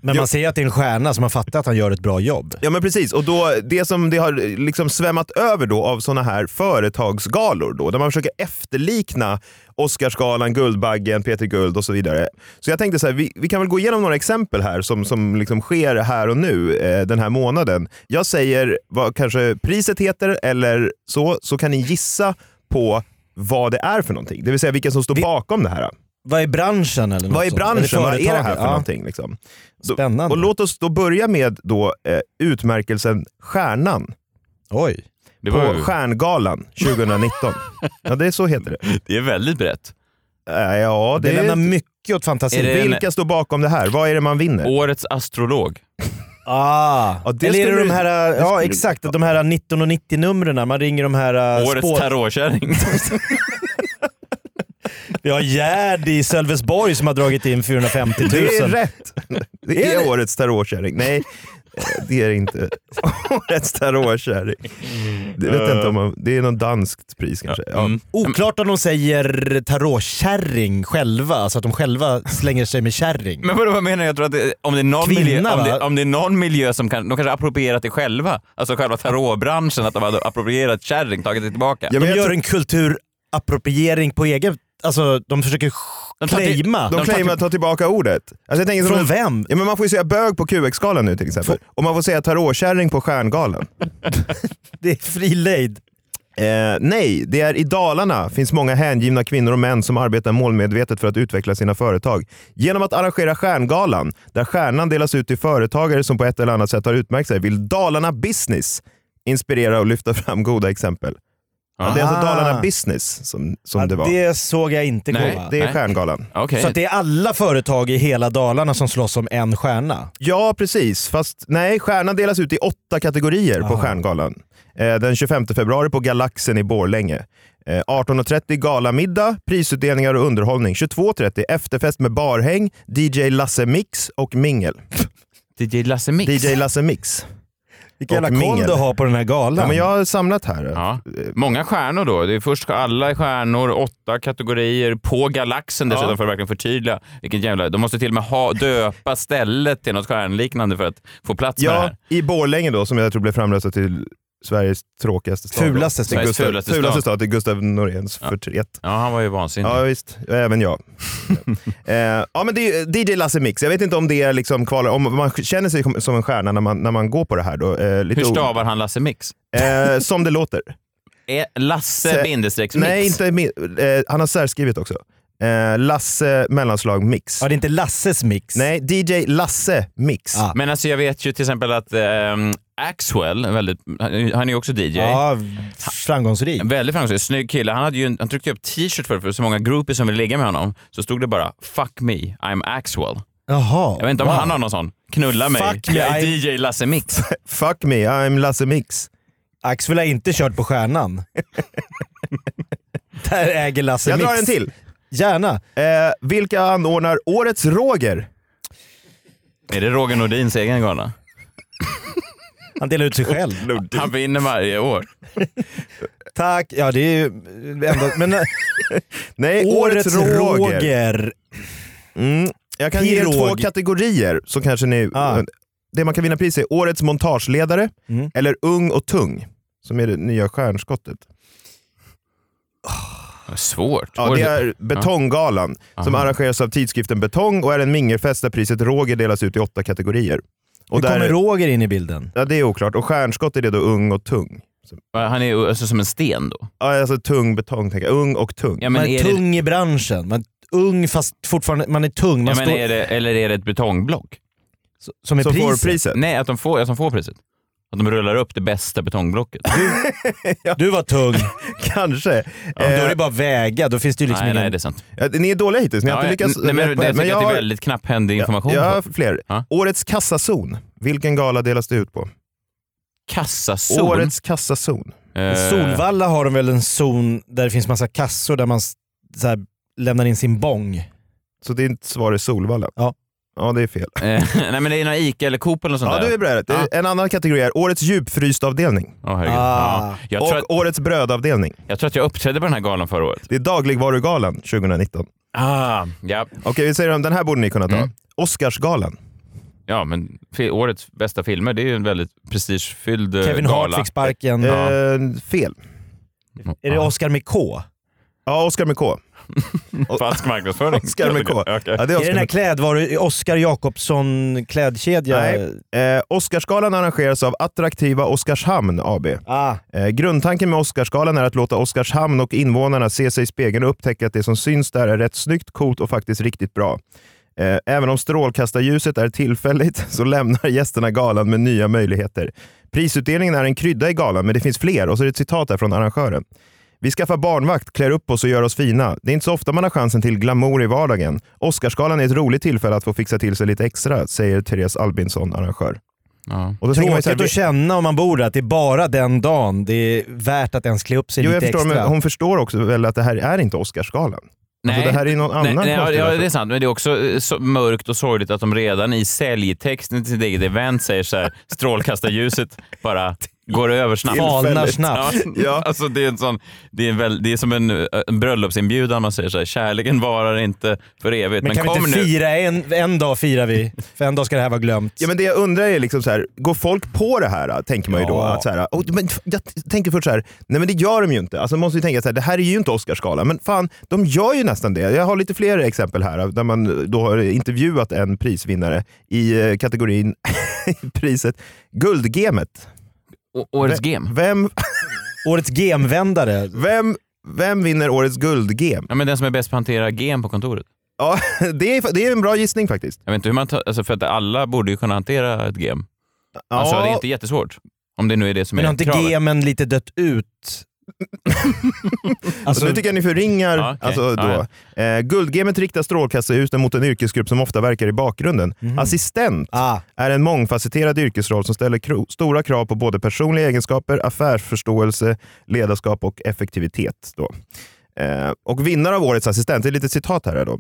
S6: Men
S7: jo-
S6: man ser att det är en stjärna så man fattar att han gör ett bra jobb.
S7: Ja men precis, och då, det som det har liksom svämmat över då av såna här företagsgalor då, där man försöker efterlikna Oscarsgalan, Guldbaggen, Peter Guld och så vidare. Så jag tänkte så här, vi, vi kan väl gå igenom några exempel här som, som liksom sker här och nu eh, den här månaden. Jag säger vad kanske priset heter eller så, så kan ni gissa på vad det är för någonting. Det vill säga vilka som står bakom det här.
S6: Vad är branschen? Eller något
S7: Vad är
S6: sånt?
S7: branschen?
S6: Eller
S7: Vad är det här
S6: företaget?
S7: för
S6: Ja.
S7: någonting? Liksom? Då-
S6: Spännande.
S7: Och låt oss då börja med då, eh, utmärkelsen Stjärnan
S6: Oj.
S5: Det,
S7: på
S5: var, ju-
S7: Stjärngalan 2019. ja, det är så heter det.
S5: det är väldigt brett.
S7: Eh, ja, det
S6: Det lämnar
S7: är...
S6: mycket åt
S5: Är
S6: fantasin.
S5: det-
S7: Vilka står bakom det här? Vad är det man vinner?
S5: Årets astrolog.
S6: Ah.
S7: Ja, det
S6: Eller är
S7: skulle
S6: det de
S7: du-
S6: här,
S7: det skulle
S6: ja
S7: du-
S6: exakt, de här 19 och 90 numren man ringer de här... eh,
S5: Årets tarotkärring.
S6: Vi har Gerd i Sölvesborg som har dragit in 450 000.
S7: Det är rätt! Det
S6: Är
S7: är,
S6: det?
S7: årets tarotkärring. Nej, eh, det är det inte. årets tarotkärring. Det, vet jag inte om man, det är någon danskt pris kanske. Ja.
S5: Mm.
S6: Oklart om de säger tarotkärring själva, alltså att de själva slänger sig med kärring.
S5: Men vadå, vad menar du? Jag tror att det, om, det är någon
S6: Kvinna,
S5: miljö, om, det,
S6: va?
S5: om det är någon miljö som kan, de kanske har approprierat det själva. Alltså själva tarotbranschen, att de hade approprierat kärring, tagit det tillbaka.
S7: Ja,
S6: De
S7: men jag
S6: gör
S7: tror-
S6: en kulturappropriering på egen... Alltså de försöker
S5: De tar till-
S6: claima.
S7: De claimar att ta tillbaka ordet. Alltså jag tänker som
S6: Från
S7: en-
S6: vem?
S7: Ja, men man får ju säga bög på QX-galan nu till exempel. Och man får säga tarotkärring på stjärngalan.
S6: Det är fri lejd.
S7: Eh, nej, det är i Dalarna finns många hängivna kvinnor och män som arbetar målmedvetet för att utveckla sina företag. Genom att arrangera Stjärngalan, där stjärnan delas ut till företagare som på ett eller annat sätt har utmärkt sig, vill Dalarna Business inspirera och lyfta fram goda exempel. Ja, det är alltså
S6: Ah.
S7: Dalarna Business som, som
S6: Ja,
S7: det var. Det,
S6: det såg jag inte
S5: Nej.
S6: komma.
S7: är
S5: Nej.
S7: Stjärngalan.
S5: Okej.
S6: Så att det är alla företag i hela Dalarna som slåss om en stjärna.
S7: Ja, precis. Fast nej, stjärnan delas ut i åtta kategorier på
S6: Aha.
S7: Stjärngalan. Eh, den 25 februari på Galaxen i Borlänge. Eh, 18.30 galamiddag, prisutdelningar och underhållning. 22.30 efterfest med barhäng, DJ Lasse Mix och mingel.
S5: DJ Lasse Mix.
S7: DJ Lasse Mix. Och
S6: Vilken jävla koll
S7: mingel.
S6: du har på den här galan.
S7: Ja, men jag har samlat här.
S5: Ja. Många stjärnor då. Det är först alla stjärnor, åtta kategorier, på galaxen dessutom för att verkligen förtydliga. Vilket jävla, de måste till och med ha, döpa stället till något stjärnliknande för att få plats med det
S7: Ja,
S5: här.
S7: i Borlänge då, som jag tror blev framröstad till Sveriges tråkigaste stad. då.
S6: Fulaste
S7: Till
S5: Sveriges
S7: Gustav,
S5: fulaste
S7: fulaste,
S5: stad.
S7: stad. till Gustav Noréns förtret.
S5: Ja, han var ju vansinnig.
S7: Ja visst, även jag. eh, ja men det är ju DJ Lasse Mix, jag vet inte om det är liksom kvalar, om man känner sig som en stjärna när man, när man går på det här då. Eh, lite
S5: Hur
S7: o-
S5: stavar han Lasse Mix?
S7: Eh, som det låter.
S5: Är Eh, Lasse
S7: Se-
S5: bindestreck Mix?
S7: Nej, inte, mi- eh, han har särskrivit också. Eh, Lasse mellanslag Mix.
S6: Ja, det är inte Lasses mix.
S7: Nej, DJ Lasse Mix.
S6: Ah.
S5: Men alltså jag vet ju till exempel att ehm, Axwell, en väldigt, han han är ju också DJ.
S6: Ja, framgångsrik.
S5: En väldigt framgångsrik, snygg kille. Han, hade ju, en- han tryckte upp t-shirt för, för så många groupies som ville ligga med honom. Så stod det bara “Fuck me, I'm Axwell”.
S6: Jaha.
S5: Jag vet inte om
S6: wow.
S5: han har någon sån. Knulla mig,
S6: Fuck me,
S5: jag är
S6: I'm-
S5: DJ Lasse Mix.
S7: Fuck me, I'm Lasse Mix.
S6: Axel har inte kört på stjärnan. Där äger Lasse
S7: jag
S6: Mix.
S7: drar en till.
S6: Gärna.
S7: Eh, vilka anordnar Årets Roger?
S5: Är det Roger Nordins egen gala?
S6: Han delar ut sig själv.
S5: Han vinner varje år.
S6: Tack. Ja, det är ju ändå... Men eh,
S7: Nej,
S6: årets
S7: Roger.
S6: Roger.
S7: Mm. Jag kan ge er
S6: Pirog.
S7: två kategorier så kanske ni...
S6: Ah.
S7: Det man kan vinna pris är Årets montageledare
S6: Mm.
S7: eller Ung och tung, som är det nya stjärnskottet.
S5: Vad Svårt.
S7: Ja, det är Betonggalan som
S5: Aha.
S7: arrangeras av tidskriften Betong och är en mingelfest där priset Roger delas ut i åtta kategorier.
S6: Hur
S7: Och där,
S6: kommer Roger in i bilden?
S7: ja, det är oklart. Och stjärnskott är det då Ung och tung.
S5: Han är ju alltså som en sten då.
S7: Ja, Alltså tung betong, tänker jag. Ung och tung.
S5: Ja,
S6: Man
S5: men
S6: är,
S5: är det,
S6: tung i branschen. Man är ung fast fortfarande... Man är tung.
S5: ja,
S6: Man
S5: men
S6: står,
S5: är det, eller är det ett betongblock?
S6: Som är
S7: som
S6: priset.
S7: får priset.
S5: Nej, att de får, att de får priset. Att de rullar upp det bästa betongblocket.
S6: Du var tung.
S7: Eh. Kanske. Eh,
S6: då är det bara väga, då finns det ju liksom
S5: nej,
S6: ingen...
S5: nej, det är sant.
S7: Ja, ni är dåliga hittills, ni har inte lyckats...
S5: nej, men,
S7: rätt på
S5: det, jag
S7: det.
S5: tycker att det
S7: har-
S5: är väldigt knapphändig information.
S7: Jag har
S5: på.
S7: fler.
S5: Ja.
S7: Årets kassazon. Vilken gala delas det ut på?
S5: Kassazon.
S7: Årets kassazon.
S5: Eh,
S6: Solvalla har de väl en zon där det finns massa kassor där man s- så här, lämnar in sin
S7: Eh,
S6: bong.
S7: Så ditt svar är Solvalla?
S6: Ja.
S7: Ja, det är fel.
S5: eh, nej, men det är någon Ica eller Coop eller något sånt
S7: Ja,
S5: där.
S7: du är bra. Det är En annan kategori är Årets djupfrystavdelning
S5: Åh, herregud.
S6: Ah.
S5: Ja. Jag,
S7: och
S5: tror att,
S7: Årets brödavdelning.
S5: jag tror att jag uppträdde på den här galan förra året.
S7: Det är Dagligvarugalan 2019.
S5: Ah. Ja,
S7: Okej, vi säger om den här borde ni kunna ta. Oscarsgalan.
S5: ja, men fi- årets bästa filmer, det är ju en väldigt prestigefylld eh,
S6: Kevin
S5: gala. Mm.
S6: Hart fick sparken.
S7: Eh, fel.
S6: Är det Oscar med K?
S7: Ja, Oscar med K.
S5: Falsk marknadsföring.
S7: Oscar med K. alltså, Ja, det är
S6: Är det
S7: Oscar
S6: den här
S7: med K.
S6: klädvaru... Oscar Jakobsson klädkedja?
S7: Nej. Eh, Oscarsgalan arrangeras av Attraktiva Oskarshamn AB.
S6: Ah.
S7: Eh, grundtanken med Oscarsgalan är att låta Oskarshamn och invånarna se sig i spegeln och upptäcka att det som syns där är rätt snyggt, coolt och faktiskt riktigt bra. Eh, även om strålkastarljuset är tillfälligt så lämnar gästerna galan med nya möjligheter. Prisutdelningen är en krydda i galan, men det finns fler och så är det ett citat här från arrangören. Vi skaffar barnvakt, klär upp oss och gör oss fina. Det är inte så ofta man har chansen till glamour i vardagen. Oscarsgalan är ett roligt tillfälle att få fixa till sig lite extra, säger Therese Albinsson, arrangör.
S5: Ja.
S7: Och då tänker man så här,
S6: Tråkigt att känna om man bor där, att det är bara den dagen det är värt att ens klä upp sig
S7: Jo, jag
S6: lite
S7: förstår,
S6: extra.
S7: men hon förstår också väl att det här är inte Oscarsgalan.
S5: Nej.
S7: Alltså, det här är någon
S5: Nej,
S7: annan
S5: nej, ja,
S7: konstig
S5: ja,
S7: version.
S5: det är sant. Men det är också eh, så mörkt och sorgligt att de redan i säljtexten till sitt eget event säger så här, strålkastarljuset bara går över snabbt. Ja,
S6: Falnar snabbt.
S5: ja. Alltså, det, är en sån, det, är en väl, det är som en, eh, en bröllopsinbjudan. Man säger så här, kärleken varar inte för evigt.
S6: Men
S5: Men,
S6: kan vi
S5: kom
S6: inte
S5: nu.
S6: fira? En, en dag firar vi, för en dag ska det här vara glömt.
S7: Ja, men det jag undrar är, liksom så här, går folk på det här? Tänker man ju då.
S6: Ja.
S7: Att så här, och, men, f- jag t- tänker först så här, nej men det gör de ju inte. Alltså, man måste ju tänka så här, det här är ju inte Oscarsgalan, men fan, de gör ju nästan det. Jag har lite fler exempel här, där man då har intervjuat en prisvinnare i eh, kategorin priset Guldgemet.
S5: Å- Årets game.
S7: Vem,
S6: Årets gemvändare.
S7: vem, vem vinner årets guldgem?
S5: Ja, men den som är bäst på att hantera game på kontoret.
S7: Ja, det, är, det är en bra gissning faktiskt.
S5: Jag vet inte hur man tar, alltså för att alla borde ju kunna hantera ett game.
S7: Ja,
S5: Alltså, det är inte jättesvårt. Om det nu är det som
S6: Men har
S5: är
S6: inte
S5: kravet.
S6: gemen lite dött ut? alltså,
S7: nu tycker jag ni förringar.
S5: Ja, okej.
S7: alltså, då.
S5: Ja,
S7: Eh, guldgemet riktar strålkastarljusen mot en yrkesgrupp som ofta verkar i bakgrunden.
S5: Mm.
S7: Assistent
S6: ah,
S7: är en mångfacetterad yrkesroll som ställer kro- stora krav på både personliga egenskaper, affärsförståelse, ledarskap och effektivitet. Då. Eh, och vinnare av årets assistent, det är lite citat här då.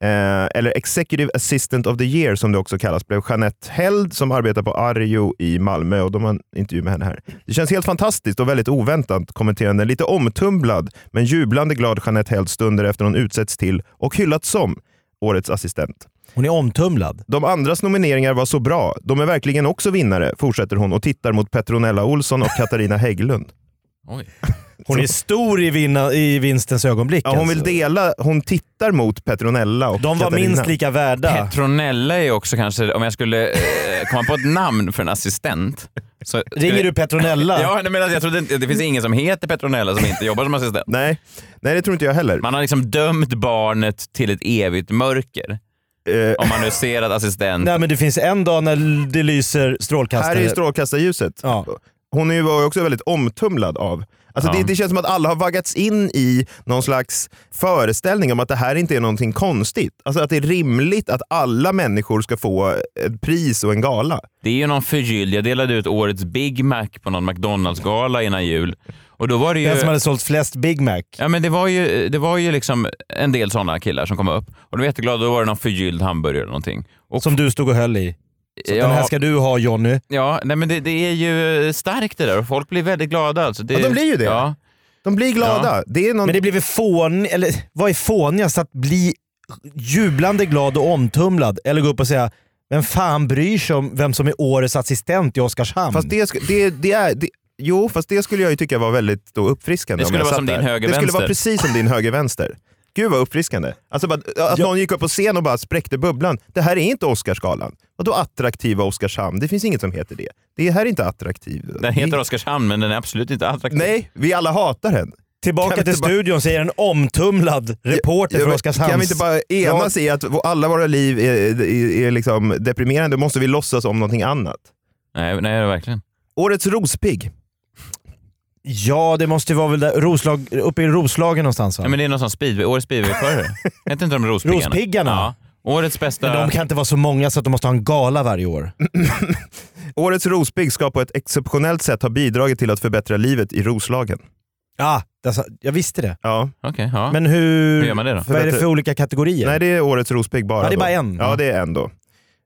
S7: Eh, eller Executive Assistant of the Year som det också kallas, blev Jeanette Held som arbetar på Arjo i Malmö och de har en intervju med henne här. Det känns helt fantastiskt och väldigt oväntat, kommenterar den lite omtumblad men jublande glad Jeanette Held stunder efter hon utsätts till och hyllats som årets assistent.
S6: hon är omtumlad.
S7: De andras nomineringar var så bra. De är verkligen också vinnare, fortsätter hon och tittar mot Petronella Olsson och Katarina Hägglund.
S5: Oj.
S6: Hon är stor i, vinna, i vinstens ögonblick.
S7: Ja, hon vill
S6: alltså.
S7: dela, hon tittar mot Petronella och
S6: De var
S7: Katarina.
S6: minst lika värda.
S5: Petronella är också kanske, om jag skulle eh, komma på ett namn för en assistent. Så
S6: Ringer du Petronella?
S5: Ja, nej, men alltså, jag trodde inte, det finns ingen som heter Petronella som inte jobbar som assistent.
S7: Nej, nej, det tror inte jag heller.
S5: Man har liksom dömt barnet till ett evigt mörker.
S7: Eh,
S5: Om man nu ser att assistent...
S6: Nej men det finns en dag när det lyser
S7: här
S6: strålkastare.
S7: är ju strålkastarljuset.
S6: Ja.
S7: Hon är ju- var ju också väldigt omtumlad av. Alltså
S5: Ja.
S7: det, det känns som att alla har vaggats in i någon slags föreställning om att det här inte är någonting konstigt. Alltså att det är rimligt att alla människor ska få ett pris och en gala.
S5: Det är ju någon förgylld. Jag delade ut årets Big Mac på någon McDonalds-gala innan jul. Och då var det ju...
S6: Den som hade sålt flest Big Mac.
S5: Ja, men det var ju, det var ju liksom en del sådana killar som kom upp. Och de var jätteglada. Då var det någon förgylld hamburgare eller någonting. Och,
S6: Som du stod och höll i. Så
S5: ja,
S6: Den här ska du ha Jonny.
S5: ja, nej, men det, det är ju starkt det där och folk blir väldigt glada. Alltså, det,
S7: Ja, de blir ju det.
S5: Ja.
S7: De blir glada. Det är någon...
S6: Men det blir väl fånigt, eller vad är fånigast? Att bli jublande glad och omtumlad eller gå upp och säga vem fan bryr sig om vem som är årets assistent i Oskarshamn?
S7: Fast det, sk- det, det är... Det, jo, fast det skulle jag ju tycka var väldigt då uppfriskande.
S5: Det
S7: om
S5: skulle
S7: jag
S5: vara
S7: satt
S5: som din
S7: där.
S5: höger
S7: Det skulle
S5: vänster.
S7: vara precis som din höger-vänster. Gud vad uppfriskande. Alltså bara, att någon gick upp på scen och bara spräckte bubblan. Det här är inte Oscarsgalan. Vadå attraktiva Oskarshamn? Det finns inget som heter det. Det här är inte attraktiv.
S5: Den heter
S7: Vi-
S5: Oskarshamn, men den är absolut inte attraktiv.
S7: Nej, vi alla hatar den. Kan vi
S6: Tillbaka till
S7: inte bara-
S6: studion säger en omtumlad reporter
S7: Ja,
S6: från
S7: men
S6: Oskarshamn.
S7: Kan vi inte bara enas i att alla våra liv är, är, är liksom deprimerande? Då måste vi låtsas om någonting annat.
S5: Nej, nej verkligen.
S7: Årets rospigg.
S6: Ja, det måste ju vara väl där, Roslag, uppe i Roslagen någonstans va?
S5: Nej, men det är någon sån speedway, årets speedwayförare. Hette inte de Rospiggarna?
S6: Rospiggarna?
S5: Ja. Årets bästa...
S6: Men de kan inte vara så många så att de måste ha en gala varje år.
S7: Mm. Årets rospigg ska på ett exceptionellt sätt ha bidragit till att förbättra livet i Roslagen.
S6: Ja, alltså, jag visste det.
S7: Ja.
S5: Okej, ja.
S6: Men hur...
S5: Hur gör man det då?
S6: Vad är det för olika kategorier?
S7: Nej, det är årets rospigg bara.
S6: Ja, det är
S7: då.
S6: bara en.
S7: Ja, det är en då.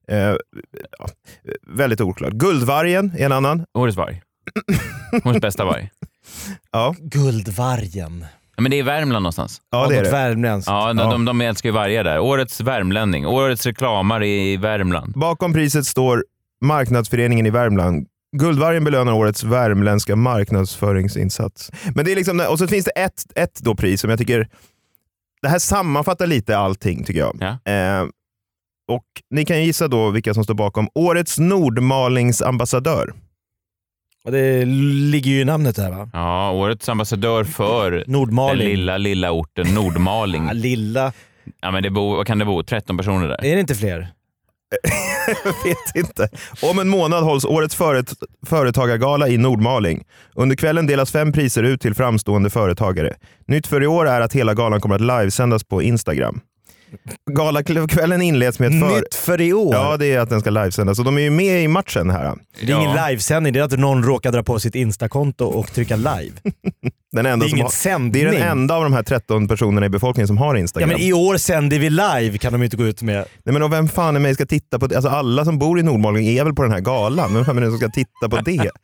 S7: Eh, ja. Väldigt oklart. Guldvargen är en annan.
S5: Årets varg. Årets bästa varg.
S7: Ja,
S6: Guldvargen.
S5: Ja, Men det är i Värmland någonstans.
S7: ja det är
S6: Något
S7: det.
S6: värmländskt.
S5: Ja, de, De, de älskar ju vargar där. Årets värmlänning. Årets reklamare i Värmland.
S7: Bakom priset står Marknadsföreningen i Värmland. Guldvargen belönar årets värmländska marknadsföringsinsats. Men det är liksom, och så finns det ett, ett då pris som jag tycker... Det här sammanfattar lite allting tycker jag.
S5: Ja.
S7: Eh, och Ni kan gissa då vilka som står bakom årets Nordmalingsambassadör.
S6: Och Det ligger ju i namnet där va?
S5: Ja, årets ambassadör för den
S6: Nordmaling.
S5: lilla, lilla orten Nordmaling.
S6: Ja, lilla.
S5: Ja, men det bor, vad kan det bo? 13 personer där.
S6: Är det inte fler?
S7: Jag vet inte. Om en månad hålls årets föret företagargala i Nordmaling. Under kvällen delas fem priser ut till framstående företagare. Nytt för i år är att hela galan kommer att livesändas på Instagram. Galakvällen inleds med ett för...
S6: Nytt för i år.
S7: Ja, det är att den ska livesändas. Och de är ju med i matchen här.
S6: det är ingen livesändning, det är att någon råkar dra på sitt instakonto och trycka live.
S7: Den enda
S6: Det är
S7: som
S6: ingen
S7: har...
S6: sändning.
S7: det är den enda av de här 13 personerna i befolkningen som har
S6: Ja,
S7: Instagram.
S6: men I år sänder vi live kan de ju inte gå ut med.
S7: Nej, men och vem fan är mig ska titta på det? Alltså, alla som bor i Nordmaling är väl på den här galan? Vem fan är det som ska titta på det?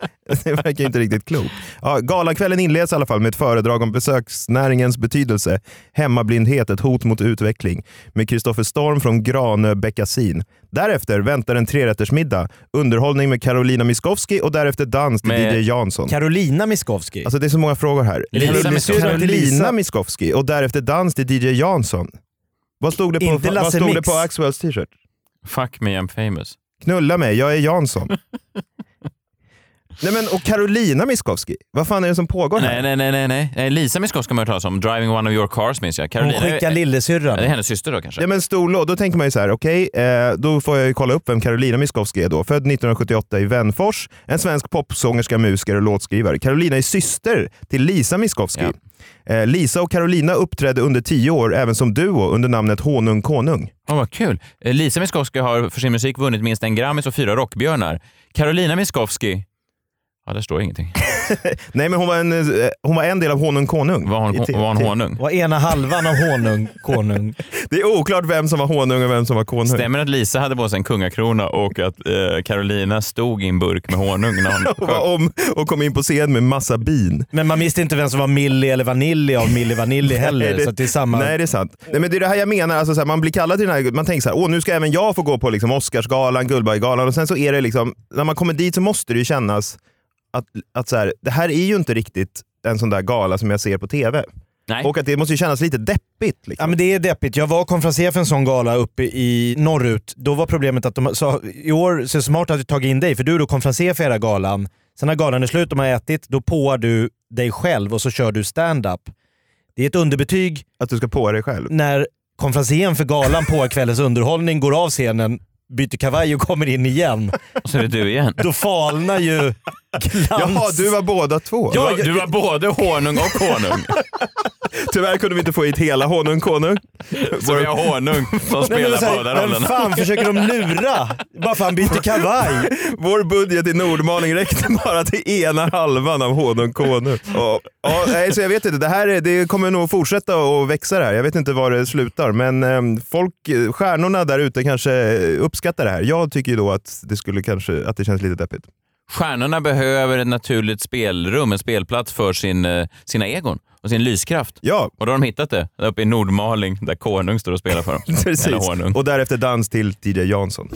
S7: Det verkar ju inte riktigt klokt. Ja, galakvällen inleds i alla fall med ett föredrag om besöksnäringens betydelse, hemmablindhet, ett hot mot utveckling med Kristoffer Storm från Granö Beckasin. Därefter väntar en trerättersmiddag, underhållning med Carolina Miskovsky och därefter dans till
S5: Med-
S7: DJ Jansson.
S6: Carolina Miskovsky.
S7: Alltså det är så många frågor här.
S5: Lisa
S7: Carolina
S5: Miskovsky.
S7: Carolina Miskovsky och därefter dans till DJ Jansson. Vad stod det på,
S6: Inte
S7: vad
S6: Lasse
S7: stod det
S6: Mix.
S7: på Axwells t-shirt?
S5: Fuck me I'm famous.
S7: Knulla mig, jag är Jansson. Nej men och Carolina Miskovsky, vad fan är det som pågår här?
S5: Nej, nej, nej, nej, nej. Eh, Lisa Miskovsky har man hört talas om. Driving one of your cars minns jag.
S6: Hon
S5: Carolina.
S6: skickar
S5: Ja, Det är
S6: lillasyrran.
S5: hennes syster då kanske?
S7: Ja men stor låt, då tänker man ju så här, okej, eh, då får jag ju kolla upp vem Carolina Miskovsky är då. Född 1978 i Vennfors, en svensk popsångerska, musiker och låtskrivare. Carolina är syster till Lisa Miskovsky. Eh, Lisa och Carolina uppträdde under tio år även som duo under namnet Honung Konung.
S5: Åh, vad kul. Eh, Lisa Miskovsky har för sin musik vunnit minst en Grammis och fyra Rockbjörnar. Carolina Miskovsky... Ja, där står ingenting.
S7: Nej men hon var en, eh, hon var en del av Honung Konung.
S5: Var hon,
S7: I te-
S5: var hon
S7: te-
S5: honung?
S6: Var ena halvan av honung, konung.
S7: Det är oklart vem som var honung och vem som var konung.
S5: Stämmer att Lisa hade på sig en kungakrona och att eh, Carolina stod i en burk med honung när hon
S7: och, var
S5: sjöng?
S7: om och kom in på scen med massa bin.
S6: Men man visste inte vem som var Milli eller Vanilli av Milli Vanilli heller. så att det är samma.
S7: Nej, det är sant. Nej, men det är det här jag menar. Alltså, så här, man blir kallad till den här, man tänker så här, Åh, nu ska även jag få gå på liksom, Oscarsgalan, Guldbaggegalan och sen så är det liksom, när man kommer dit så måste det ju kännas att, att så här, det här är ju inte riktigt en sån där gala som jag ser på TV.
S5: Nej.
S7: Och att det måste ju kännas lite deppigt.
S6: Ja,
S7: Liksom.
S6: men det är deppigt. Jag var konferencier för en sån gala uppe i norrut. Då var problemet att de sa i år så är det smart att vi tagit in dig för du är då konferencier för hela galan. Sen när galan är slut och man har ätit, då påar du dig själv och så kör du stand-up. Det är ett underbetyg
S7: Att du ska på dig själv.
S6: när konferencieren för galan på kvällens underhållning går av scenen, byter kavaj och kommer in igen.
S5: Och så är det du igen.
S6: Då falnar ju glans.
S7: Jaha, du var båda två.
S5: Du var, du var både honung och honung.
S7: Tyvärr kunde vi inte få hit hela Honung Konung.
S5: Så vi har honung som
S6: Nej, men
S5: spelar
S6: så här,
S5: båda
S6: Vem
S5: rollerna.
S6: fan försöker de lura? Bara för att han byter kavaj.
S7: Vår budget i Nordmaling räckte bara till ena halvan av Honung Konung. Ja, ja, nej, så jag vet inte, det här är- det kommer nog fortsätta att växa det här. Jag vet inte var det slutar, men eh, folk, eh, stjärnorna där ute kanske uppskattar det här. Jag tycker ju då att det, skulle kanske, att det känns lite deppigt.
S5: Stjärnorna behöver ett naturligt spelrum, en spelplats för sin, eh, sina egon och sin lyskraft.
S7: Ja,
S5: Och då har de hittat det, där uppe i Nordmaling, där Konung står och spelar för dem.
S7: precis.
S5: Eller honung.
S7: Och därefter dans till DJ Jansson.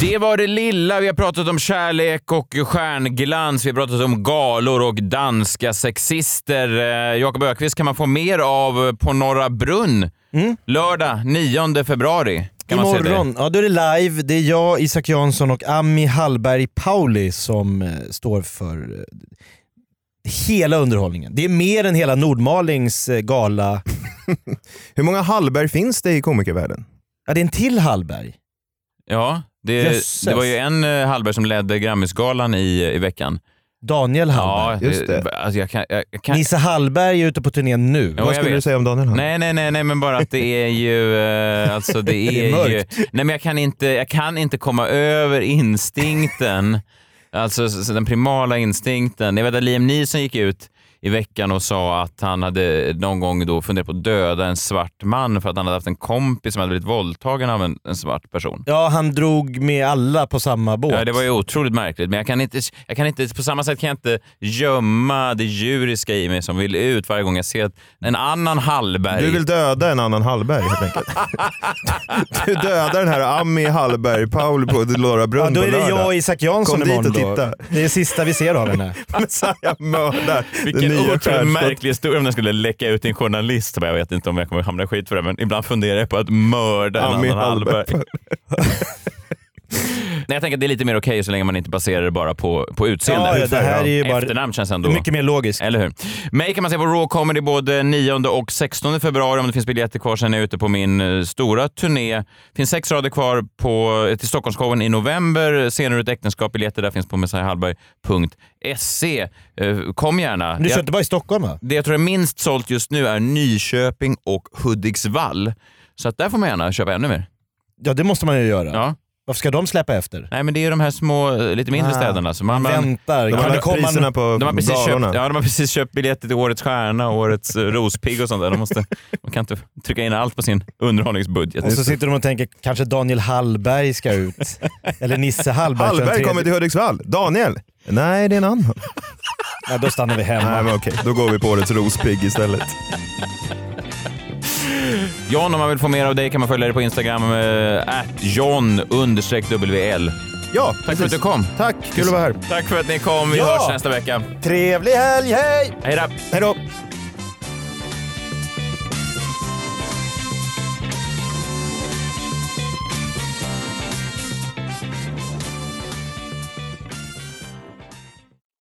S5: Det var det lilla. Vi har pratat om kärlek och stjärnglans. Vi har pratat om galor och danska sexister. Eh, Jakob Ökvist kan man få mer av på Norra Brunn lördag 9 februari. Kan man se det?
S6: Mm. Imorgon, ja då är det live. Det är jag, Isak Jansson och Ami Hallberg Pauli som eh, står för eh, hela underhållningen. Det är mer än hela Nordmalings eh, gala.
S7: Hur många Hallberg finns det i komikervärlden?
S6: Ja, det är en till Hallberg.
S5: Ja, Det,
S6: Jösses.
S5: det var ju en eh, Hallberg som ledde Grammisgalan i, i veckan.
S6: Daniel Hallberg.
S5: Ja, just det. Alltså jag kan, jag, jag kan,
S6: Nisse Hallberg är ute på turné nu.
S5: Ja, jag vet.
S7: om Daniel Hallberg?
S5: Nej, nej, nej, nej, men bara att det är ju... eh, Alltså det är,
S6: Det är
S5: ju...
S6: mörkt.
S5: Nej, men jag kan inte, jag kan inte komma över instinkten, alltså s- den primala instinkten. Jag vet att Liam Neeson gick ut i veckan och sa att han hade någon gång då funderat på att döda en svart man för att han hade haft en kompis som hade blivit våldtagen av en, en svart person.
S6: Ja, han drog med alla på samma båt.
S5: Ja, det var ju otroligt märkligt, men jag kan, inte, jag kan inte, på samma sätt kan jag inte gömma det djuriska i mig som vill ut varje gång jag ser att en annan Hallberg.
S7: Du vill döda en annan Hallberg helt enkelt. Du dödar den här Ami Hallberg, Paul på Norra Brunn
S6: Ja, då är
S7: på
S6: det
S7: lördag.
S6: jag och Isak Jansson
S7: Kom dit
S6: imorgon
S7: och
S6: då.
S7: titta.
S6: Det är det sista vi ser av henne.
S7: Men så här, jag mördar den nya
S5: Vilken otroligt
S7: stjärnskott.
S5: märklig historia om den skulle läcka ut till en journalist. Men Jag vet inte om jag kommer hamna i skit för det, men ibland funderar jag på att mörda en
S7: Ami
S5: annan Hallberg.
S7: Hallberg.
S5: Nej, jag tänker att det är lite mer okej så länge man inte baserar det bara på, på utseende.
S6: Ja, ja, det här är ju bara-
S5: Efternamn känns ändå...
S6: Mycket mer logiskt.
S5: Eller hur? Mig kan man se på Raw Comedy både 9 och 16 februari om det finns biljetter kvar. Sen är jag ute på min eh, stora turné. Det finns sex rader kvar på, eh, till Stockholmsshowen i november. Senare ur ett äktenskap. Biljetter där finns på messiahallberg.se. Eh, Kom gärna.
S6: Du
S5: Jag-
S6: kör inte bara i Stockholm va?
S5: det jag tror är minst sålt just nu är Nyköping och Hudiksvall. Så att där får man gärna köpa ännu mer.
S6: Ja, det måste man ju göra.
S5: Ja.
S6: Varför ska de släppa efter?
S5: Nej, men det är de här små, eh, lite mindre
S6: Ah.
S5: städerna. Så man, man,
S6: Väntar.
S7: De
S6: Kan
S7: har
S6: det
S7: lagt
S6: komma
S7: priserna på
S5: de, har precis köpt,
S7: galorna.
S5: ja, de har precis köpt biljetter till Årets Stjärna och Årets eh, Rospigg och sånt där. De, måste, de kan inte trycka in allt på sin underhållningsbudget.
S6: Och så sitter de och tänker, kanske Daniel Hallberg ska ut. Eller Nisse Hallberg. kör en
S7: Hallberg
S6: tredje-
S7: kommer till Hudiksvall. Daniel? Nej, det är en annan.
S6: Nej, då stannar vi
S7: Nej,
S6: hemma.
S7: men okej. Då går vi på årets rospigg istället.
S5: John, om man vill få mer av dig kan man följa dig på Instagram, eh, john-wl.
S7: Ja,
S5: Tack för att du kom.
S7: Tack, kul att vara här.
S5: Tack för att ni kom. Vi
S6: Ja.
S5: hörs nästa vecka.
S6: Trevlig helg, hej!
S5: Hej då!
S7: Hej då.